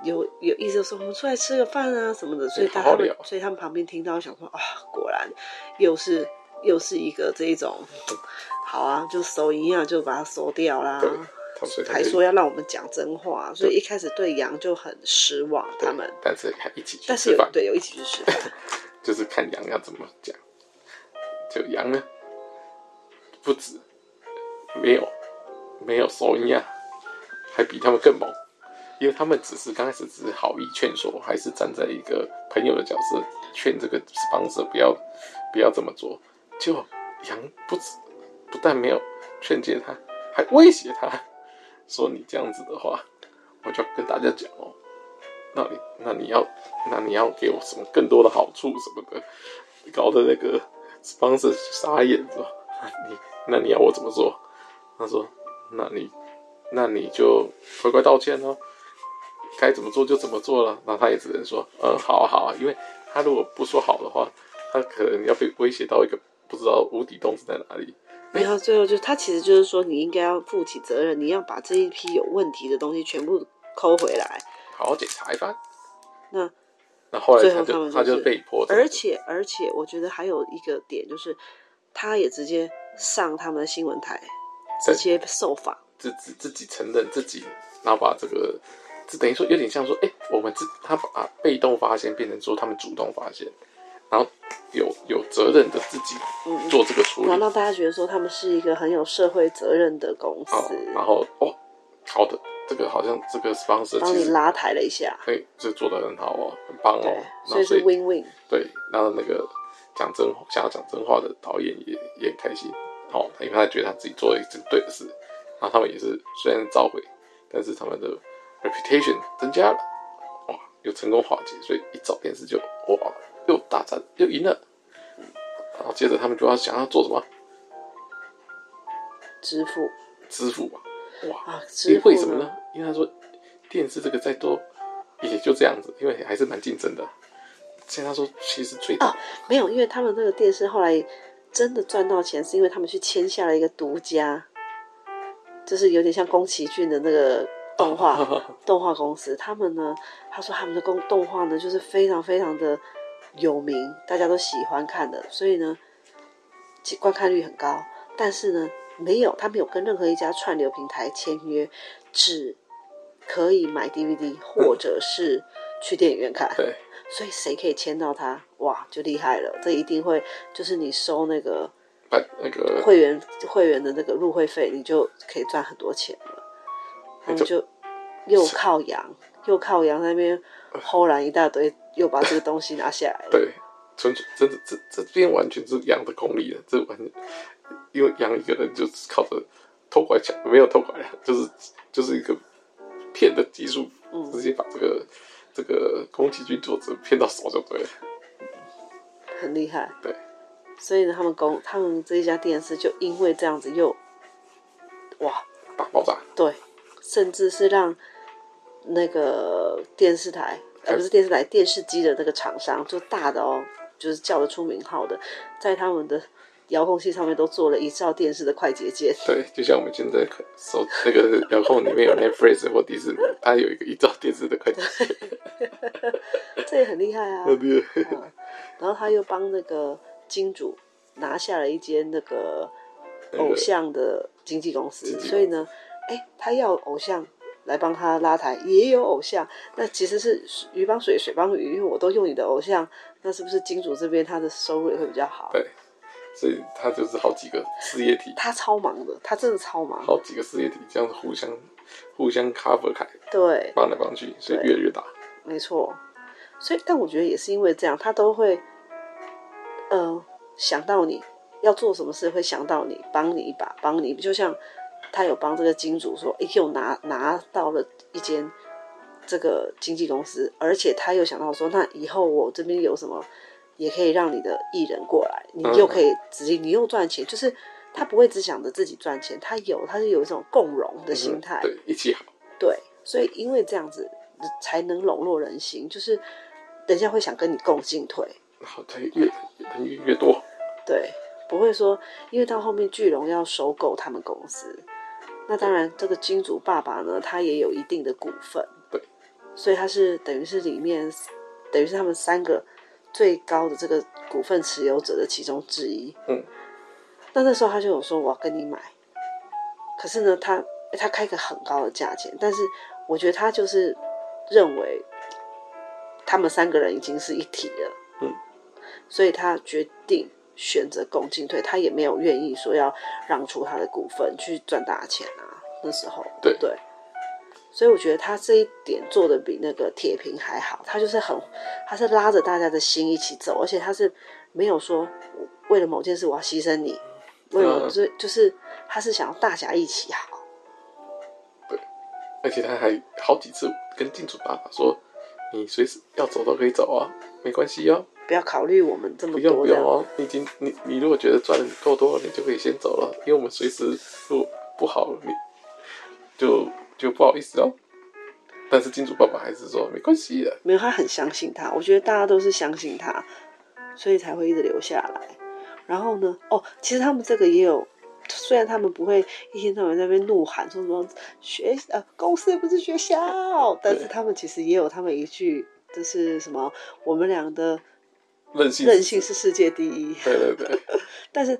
S1: 有有意思，就说我们出来吃个饭啊什么的。”所以
S2: 好
S1: 他
S2: 好
S1: 他们
S2: 聊
S1: 所以他们旁边听到想说：“啊，果然又是又是一个这一种，好啊，就收一样就把它收掉啦。”
S2: 对，他们所以他
S1: 还
S2: 们就
S1: 说要让我们讲真话，所以一开始对杨就很失望。他们，
S2: 但是还一起去
S1: 但是
S2: 吃
S1: 有
S2: 饭，
S1: 对有一起去吃饭，
S2: 就是看杨要怎么讲。就杨呢，不止没有没有收音啊，还比他们更猛，因为他们只是刚开始只是好意劝说，还是站在一个朋友的角色劝这个 sponsor 不要不要这么做。结果杨不止不但没有劝诫他，还威胁他说：“你这样子的话，我就要跟大家讲哦。”那你那你要那你要给我什么更多的好处什么的，搞得那个 sponsor 傻眼是吧？你那你要我怎么做？他说：“那你那你就乖乖道歉哦，该怎么做就怎么做了。”那他也只能说：“嗯，好啊好啊。”因为他如果不说好的话，他可能要被威胁到一个不知道无底洞是在哪里。
S1: 然后最后就他其实就是说，你应该要负起责任，你要把这一批有问题的东西全部抠回来。
S2: 好好检查一番。
S1: 那
S2: 那后来
S1: 最
S2: 他
S1: 后
S2: 就
S1: 他们
S2: 他
S1: 就
S2: 就是被迫这么做，
S1: 而且而且，我觉得还有一个点就是，他也直接上他们的新闻台，
S2: 对
S1: 直接受访。
S2: 自自自己承认自己，然后把这个，这等于说有点像说，哎、我们自他把被动发现变成说他们主动发现，然后有有责任的自己
S1: 嗯
S2: 做这个处理
S1: 然，后让大家觉得说他们是一个很有社会责任的公司，
S2: 好，然后哦，好的，这个好像这个 sponsor
S1: 帮
S2: 其
S1: 你
S2: 实
S1: 拉抬了一下，
S2: 哎，这做的很好哦，很棒哦
S1: 对，，
S2: 然
S1: 所
S2: 后
S1: 以是 win win。
S2: 对，然后那个讲真想要讲真话的导演也也很开心，哦，因为他觉得他自己做了一件对的事，然后他们也是虽然召回，但是他们的 reputation 增加了，哇，又成功化解，所以一照电视就哇，又大战又赢了，然后接着他们就要想要做什么
S1: 支付
S2: 支付吧，哇，
S1: 啊，
S2: 因
S1: 支
S2: 哦为
S1: 付
S2: 为什么呢？？因为他说电视这个再多也就这样子，因为还是蛮竞争的。所以他说，其实最大、
S1: 啊没有，因为他们那个电视后来真的赚到钱，是因为他们去签下了一个独家，就是有点像宫崎骏的那个动画、
S2: 哦
S1: 动画公司。他们呢，他说他们的动动画呢，就是非常非常的有名，大家都喜欢看的，所以呢，其观看率很高。但是呢，没有，他没有跟任何一家串流平台签约，只可以买 DVD 或者是去电影院看。
S2: 对。
S1: 所以谁可以签到他，哇，就厉害了！这一定会就是你收那个
S2: 把那个
S1: 会员会员的那个入会费，你就可以赚很多钱了。他们
S2: 就
S1: 就又靠羊，又靠羊那边偷懒一大堆，又把这个东西拿下来了。
S2: 对，纯纯真的这这边完全是羊的功力了，这完全因为羊一个人就是靠着偷拐抢，没有偷拐啊，就是就是一个骗的技术，直接把这个这个宫崎骏作者骗到手就对了。
S1: 很厉害。
S2: 对，
S1: 所以呢，他们公他们这一家店是就因为这样子又，哇，
S2: 大爆炸，
S1: 对，甚至是让那个电视台，呃，
S2: 还
S1: 不是电视台，电视机的那个厂商，就大的哦，就是叫得出名号的，在他们的遥控器上面都做了一兆电视的快捷键。
S2: 对，就像我们现在看手那个遥控里面有 Netflix 或迪士尼，它有一个一兆电视的快捷键，
S1: 这也很厉害啊。
S2: 那个
S1: 然后他又帮那个金主拿下了一间那个
S2: 那
S1: 偶
S2: 个
S1: 像的经纪公司，
S2: 经纪公司
S1: 所以呢，哎，他要偶像来帮他拉抬，也有偶像，那其实是鱼帮水，水帮鱼，因为我都用你的偶像，那是不是金主这边他的收入也会比较好？
S2: 对， 所以它就是好几个事业体，
S1: 他超忙的，他真的超忙，
S2: 好几个事业体这样互相互相 cover 开，
S1: 对，
S2: 帮来帮去，所以
S1: 对
S2: 越来越大。
S1: 没错。所以，但我觉得也是因为这样，他都会，呃，想到你要做什么事，会想到你，帮你一把，帮你。就像他有帮这个金主说，哎，又拿拿到了一间这个经纪公司，而且他又想到说，那以后我这边有什么，也可以让你的艺人过来，你
S2: 嗯
S1: 又可以直接，你又赚钱，就是他不会只想着自己赚钱，他有，他是有一种共荣的心态。
S2: 对，一起好，
S1: 对，所以因为这样子才能笼络人心，就是人家会想跟你共进退，
S2: 然后对越人越越多，
S1: 对，不会说因为到后面巨龙要收购他们公司，那当然这个金主爸爸呢，他也有一定的股份，
S2: 对，
S1: 所以他是等于是里面等于是他们三个最高的这个股份持有者的其中之一，
S2: 嗯，
S1: 那那时候他就有说我要跟你买，可是呢，他他开个很高的价钱，但是我觉得他就是认为他们三个人已经是一体了，
S2: 嗯，
S1: 所以他决定选择共进退，他也没有愿意说要让出他的股份去赚大钱啊，那时候
S2: 对
S1: 不对。所以我觉得他这一点做的比那个铁平还好，他就是很，他是拉着大家的心一起走，而且他是没有说为了某件事我要牺牲你，为了
S2: 嗯
S1: 就是就是他是想要大家一起好，
S2: 而且他还好几次跟金主爸爸说，你随时要走都可以走啊，没关系哦，
S1: 不要考虑我们这么
S2: 不用
S1: 多
S2: 不
S1: 这
S2: 用
S1: 样。
S2: 哦，你已经你你如果觉得赚的够多，你就可以先走了，因为我们随时如果不好，你就就不好意思哦。但是金主爸爸还是说没关系的，
S1: 没有，他很相信他。我觉得大家都是相信他，所以才会一直留下来。然后呢，哦，其实他们这个也有，虽然他们不会一天到晚在那边怒喊说什么学呃公司不是学校，但是他们其实也有他们一句就是什么我们俩的
S2: 任性
S1: 任性是世界第一。
S2: 对对 对，
S1: 但是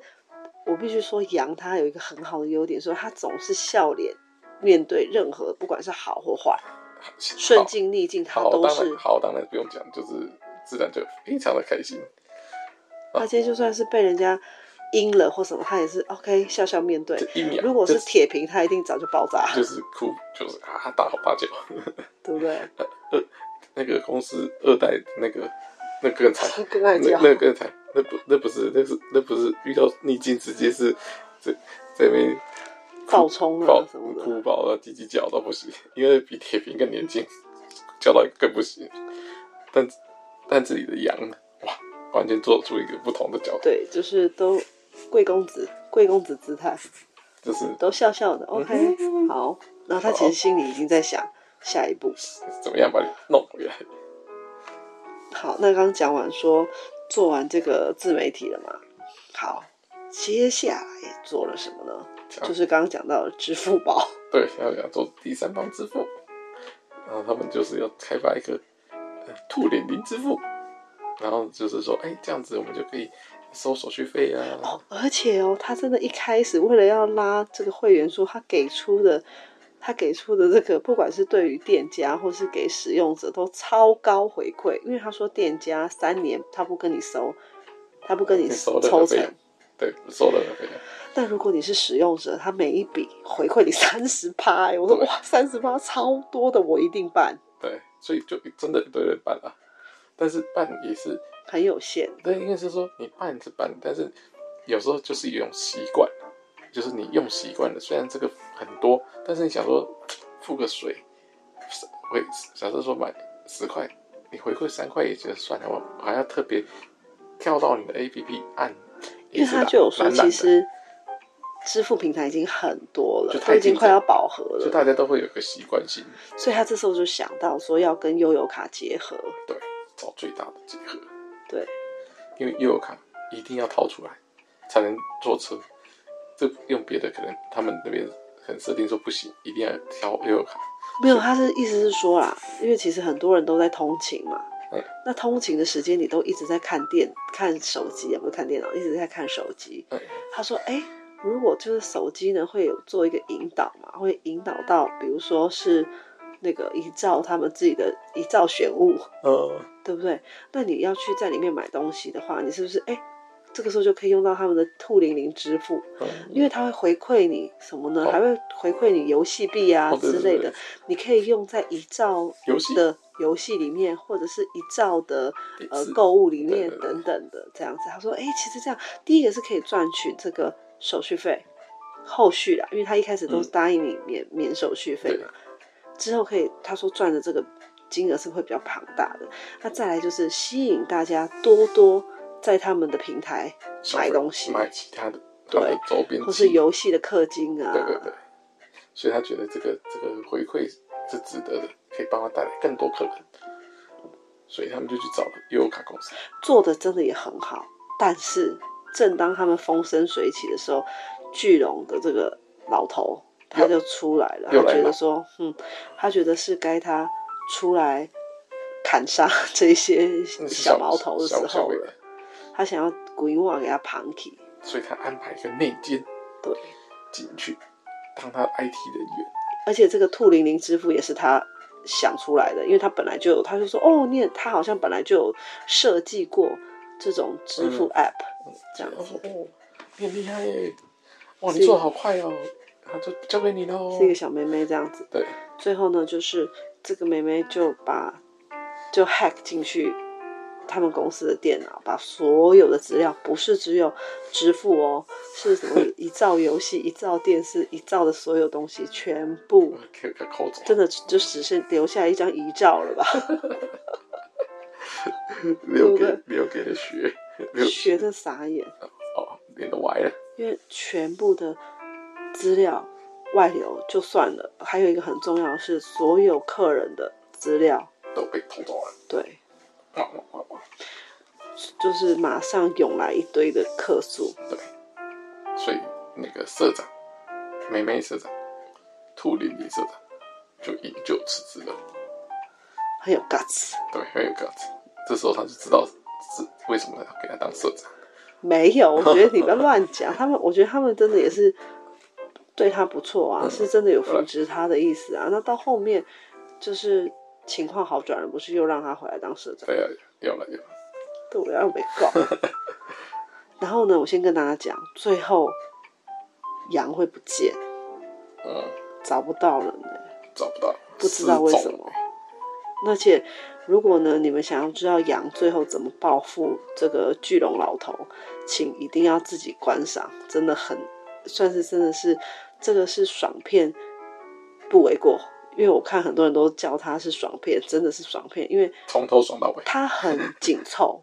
S1: 我必须说，杨他有一个很好的优点，说他总是笑脸面对任何不管是好或坏，顺境逆境他
S2: 好，好
S1: 都
S2: 当
S1: 是
S2: 然好，当然不用讲，就是自然就非常的开心。啊
S1: 他今天就算是被人家阴了或什么，他也是 OK 笑笑面对
S2: 这。一秒，
S1: 如果是
S2: 就
S1: 铁瓶，他一定早就爆炸，
S2: 就是哭，就是啊大吼大叫。
S1: 对不对？
S2: 呃那个公司二代那个那更惨，
S1: 更爱
S2: 那
S1: 叫，
S2: 那更惨，那不那不是那是那不是遇到逆境直接是这这边
S1: 爆冲
S2: 爆
S1: 啊什么的。
S2: 哭爆了，叽叽叫到不行，因为比铁瓶更年轻，叫到更不行。但但这里的羊呢，哇，完全做出一个不同的角度，
S1: 对，就是都贵公子，贵公子姿态，
S2: 就是
S1: 都笑笑的。OK，、好。
S2: 嗯
S1: 然后他其实心里已经在想下一步。
S2: 怎么样把你弄回来。
S1: 好，那刚刚讲完说做完这个自媒体了嘛？好，接下来做了什么呢？
S2: 讲
S1: 就是刚刚讲到的支付宝。
S2: 对，要要做第三方支付，然后他们就是要开发一个呃兔脸零支付，然后就是说，哎，这样子我们就可以收手续费啊，
S1: 哦，而且哦，他真的一开始为了要拉这个会员数，他给出的他给出的这个，不管是对于店家或是给使用者，都超高回馈，因为他说店家三年他不跟你收，他不跟你
S2: 你收任
S1: 抽
S2: 何费用
S1: 成。，
S2: 对，不收任何费用，
S1: 但如果你是使用者，他每一笔回馈你三十趴，哎我说
S2: 对
S1: 哇，三十趴超多的，我一定办，
S2: 对，所以就真的一堆人办啊，但是办也是，
S1: 很有限。
S2: 对，应该是说你办是办，但是有时候就是一种习惯，啊就是你用习惯了，虽然这个很多，但是你想说付个水，会假设说买十块，你回馈三块也觉得算了，我我还要特别跳到你的 APP 按，
S1: 因为他
S2: 也是
S1: 就有说，
S2: 懒懒
S1: 其
S2: 的
S1: 实支付平台已经很多了
S2: 就，太
S1: 都已经
S2: 竞
S1: 快
S2: 争
S1: 要饱和
S2: 就
S1: 了，
S2: 大家都会有个习惯性，
S1: 所以他这时候就想到说要跟悠游卡结合。
S2: 对，找最大的结合，
S1: 对，
S2: 因为悠游卡一定要掏出来才能坐车，这用别的可能他们那边可能设定说不行，一定要挑悠游卡，
S1: 没有，他是意思是说啦，因为其实很多人都在通勤嘛
S2: 嗯，
S1: 那通勤的时间你都一直在看电、看手机，也不是看电脑，一直在看手机。
S2: 嗯
S1: 他说，哎、如果就是手机呢会有做一个引导嘛，会引导到比如说是那个一照他们自己的一照选物，
S2: 呃，
S1: 对不对？那你要去在里面买东西的话，你是不是哎，这个时候就可以用到他们的兔零零支付，
S2: 嗯
S1: 因为它会回馈你什么呢？
S2: 哦
S1: 还会回馈你游戏币啊
S2: 哦对
S1: 之
S2: 对
S1: 类
S2: 对
S1: 的，你可以用在一兆
S2: 游戏
S1: 的游戏里面，或者是一兆的
S2: 也
S1: 呃
S2: 是
S1: 购物里
S2: 对
S1: 面
S2: 对对
S1: 等等的这样子。他说，哎，其实这样第一个是可以赚取这个手续费。后续啦，因为他一开始都是
S2: 嗯
S1: 答应你免、免手续费嘛，之后可以他说赚的这个金额是会比较庞大的。那再来就是吸引大家多多在他们的平台
S2: 消费
S1: 买东西，
S2: 买其他的，它的周边
S1: 或
S2: 器
S1: 是游戏的氪金啊，
S2: 对对对，所以他觉得这个这个回馈是值得的，可以帮他带来更多客人，所以他们就去找了悠游卡公司。
S1: 做的真的也很好。但是正当他们风生水起的时候，巨龙的这个老头他
S2: 又
S1: 就出来了，他
S2: 又来
S1: 觉得
S2: 了
S1: 说，嗯，他觉得是该他出来砍杀这些
S2: 那是
S1: 小毛头的时
S2: 小嗯小
S1: 候
S2: 伟
S1: 了，，他想要古银旺给他盘起，
S2: 所以他安排一个内奸
S1: 对。
S2: 进去当他 IT 人员。
S1: 而且这个兔零零支付也是他想出来的，因为他本来就有，他就说哦，你也他好像本来就有设计过这种支付
S2: 嗯
S1: app，、这样
S2: 我
S1: 子
S2: 说哦，你很厉害耶！哇，你
S1: 是
S2: 做的好快哦，啊，就交给你喽。
S1: 是一个小妹妹这样子。
S2: 对，
S1: 最后呢，就是这个妹妹就把就 hack 进去他们公司的电脑，把所有的资料，不是只有支付哦，是什么一兆游戏、一兆电视、一兆的所有东西，全部
S2: 我给给扣走，
S1: 真的就只剩留下一张遗照了吧？
S2: 留给
S1: 对不
S2: 留给了学，留
S1: 学的傻眼。
S2: 哦，脸都歪了。
S1: 因为全部的资料外流就算了，还有一个很重要的是所有客人的资料，
S2: 都被偷走了，
S1: 对，
S2: 哇哇哇哇！
S1: 就是马上涌来一堆的客诉，
S2: 对，所以那个社长，梅梅社长，兔玲玲社长就引咎辞职了。
S1: 很有 guts。
S2: 对，很有 guts。这时候他就知道是为什么要给他当社长。
S1: 没有，我觉得你不要乱讲，他们，我觉得他们真的也是对他不错啊，是真的有扶植他的意思啊。那到后面就是情况好转了，不是又让他回来当社长？
S2: 对啊，要了要了。
S1: 对，我要被告。然后呢，我先跟大家讲，最后羊会不见。
S2: 嗯，
S1: 找不到人呢。
S2: 找不到，
S1: 不知道为
S2: 失
S1: 什
S2: 踪
S1: 么。而且，如果呢，你们想要知道羊最后怎么报复这个巨龙老头，请一定要自己观赏，真的很算是真的是这个是爽片，不为过。因为我看很多人都叫它是爽片，真的是爽片，因为
S2: 从头爽到尾。
S1: 它很紧凑。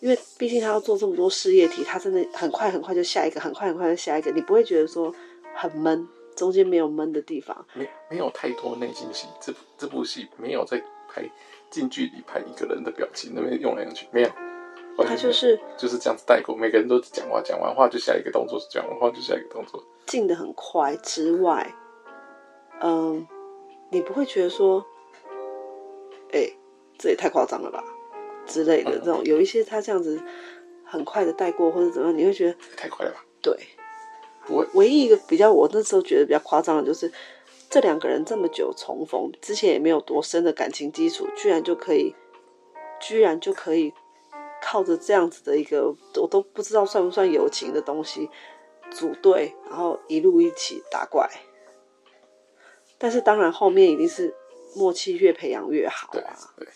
S1: 因为毕竟他要做这么多事业体，他真的很快很快就下一个，很快很快就下一个，你不会觉得说很闷，中间没有闷的地方。
S2: 没没有太多内心戏，这部这部戏没有在拍近距离拍一个人的表情，那边用来用去没有，完全
S1: 他
S2: 没有
S1: 就是
S2: 就是这样子带过，每个人都讲话，讲完话就下一个动作，讲完话就下一个动作，
S1: 进的很快之外，嗯，你不会觉得说，哎、这也太夸张了吧之类的
S2: 嗯
S1: 这种，有一些他这样子很快的带过或者怎么样，你会觉得
S2: 太快了吧？
S1: 对。
S2: 不会
S1: 唯一一个比较我那时候觉得比较夸张的就是，这两个人这么久重逢，之前也没有多深的感情基础，居然就可以，居然就可以靠着这样子的一个，我都不知道算不算友情的东西，组队，然后一路一起打怪。但是当然后面一定是默契越培养越好
S2: 对
S1: 啊，
S2: 对，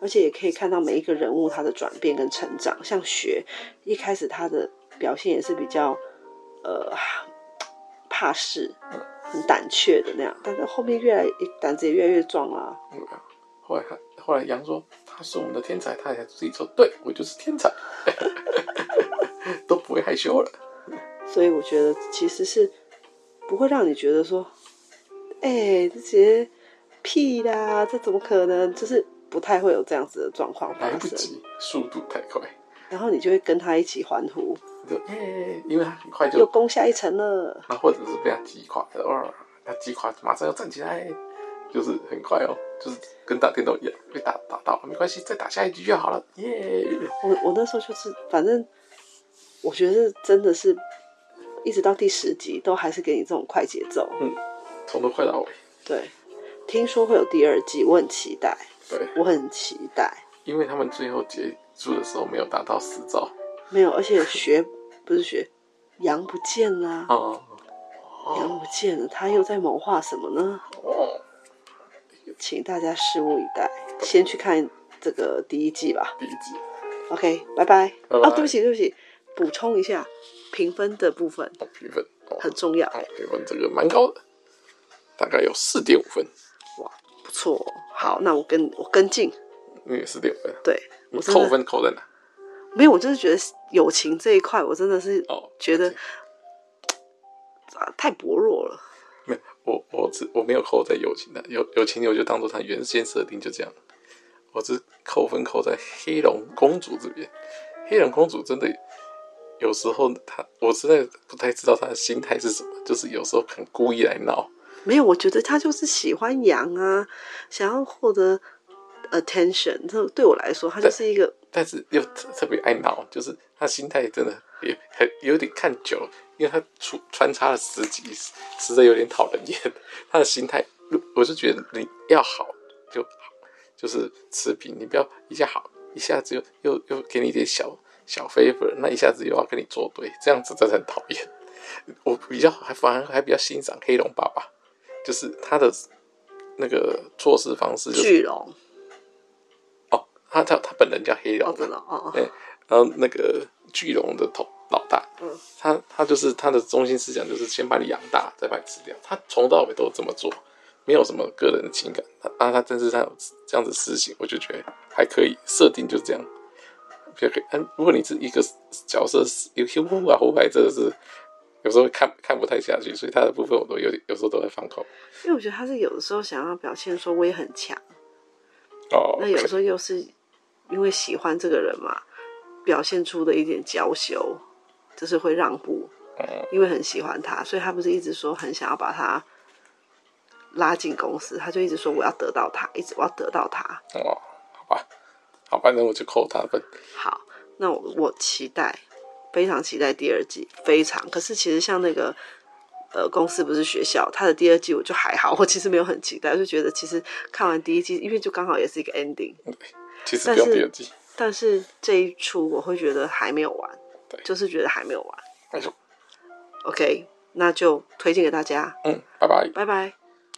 S1: 而且也可以看到每一个人物他的转变跟成长。像雪，一开始他的表现也是比较呃怕事，很胆怯的那样，但是后面越来胆子也越来越壮啦、啊。
S2: 嗯后来他后来杨说他是我们的天才，他也自己说对我就是天才， 都不会害羞了。
S1: 所以我觉得其实是不会让你觉得说，哎、这些屁啦，这怎么可能？就是不太会有这样子的状况发
S2: 来不
S1: 生。
S2: 及，速度太快，
S1: 然后你就会跟他一起欢呼，
S2: 你就耶，因为他很快
S1: 又
S2: 就，
S1: 攻下一层了。
S2: 那或者是被他击垮了，哇，他击垮马上要站起来，就是很快哦，就是跟打电动一样，被打打到没关系，再打下一局就好了，耶。
S1: 我我那时候就是，反正我觉得真的是，一直到第十集都还是给你这种快节奏。
S2: 从头快到尾，
S1: 对，听说会有第二季，我很期待，
S2: 对，
S1: 我很期待。
S2: 因为他们最后结束的时候没有达到死招，
S1: 没有，而且学不是学，羊不见啦，
S2: 哦、
S1: 羊不见了，他又在谋划什么呢？
S2: 哦，
S1: 请大家拭目以待，先去看这个第一季吧。
S2: 第一集
S1: OK，拜拜。
S2: 拜
S1: 哦，
S2: 拜
S1: 对不起，对不起，补充一下评分的部分
S2: 哦评分哦，
S1: 很重要，
S2: 哦评分这个蛮高的，大概有四点五分，
S1: 不错哦。好，那我跟我跟进，
S2: 嗯，四点五分，
S1: 对
S2: 你
S1: 我真的
S2: 扣分扣在哪？
S1: 没有，我就是觉得友情这一块，我真的是
S2: 哦
S1: 觉得
S2: 了解、
S1: 啊太薄弱了。
S2: 没有，我我只我没有扣在友情的，友友情我就当做它原先设定就这样，我只扣分扣在黑龙公主这边，黑龙公主真的有时候她我实在不太知道她的心态是什么，就是有时候很故意来闹，
S1: 没有，我觉得他就是喜欢羊啊，想要获得 attention。这对我来说，他就是一个
S2: 但是又特特别爱闹，就是他心态真的也很有点看久了，因为他出穿插了十集，实在有点讨人厌。他的心态，如我是觉得你要好就好，就是持平，你不要一下好，一下子又又又给你一点小小 favor，那一下子又要跟你作对，这样子真的很讨厌。我比较还反而还比较欣赏黑龙爸爸，就是他的那个做事方式，就是
S1: 巨龙，
S2: 哦，他他他本人叫黑龙
S1: 哦
S2: 啊，，
S1: 真的哦，哦
S2: 对，然后那个巨龙的头老大，
S1: 嗯
S2: 他他就是他的中心思想就是先把你养大，再把你吃掉。他从头到尾都这么做，没有什么个人的情感。他啊，他但是他有这样子施行，我就觉得还可以，设定就这样。比较可以，但如果你是一个角色，有些呼啊呼来，真的是有时候看看不太下去，所以他的部分我都有点，有时候都在放空。
S1: 因为我觉得他是有的时候想要表现说我也很强，
S2: 哦，
S1: 那有时候又是因为喜欢这个人嘛，表现出的一点娇羞，就是会让步，因为很喜欢他，所以他不是一直说很想要把他拉进公司，他就一直说我要得到他，一直我要得到他。
S2: 哦，好吧，好吧，那我就扣他分。
S1: 好，那我我期待，非常期待第二季，非常。可是其实像那个呃，公司不是学校，它的第二季我就还好，我其实没有很期待，我就觉得其实看完第一季，因为就刚好也是一个 ending，
S2: 嗯其实
S1: 但
S2: 不用
S1: 是
S2: 第二季，
S1: 但是这一出我会觉得还没有完
S2: 对，
S1: 就是觉得还没有完。
S2: 没错。
S1: OK，那就推荐给大家，
S2: 嗯，拜拜。
S1: 拜拜。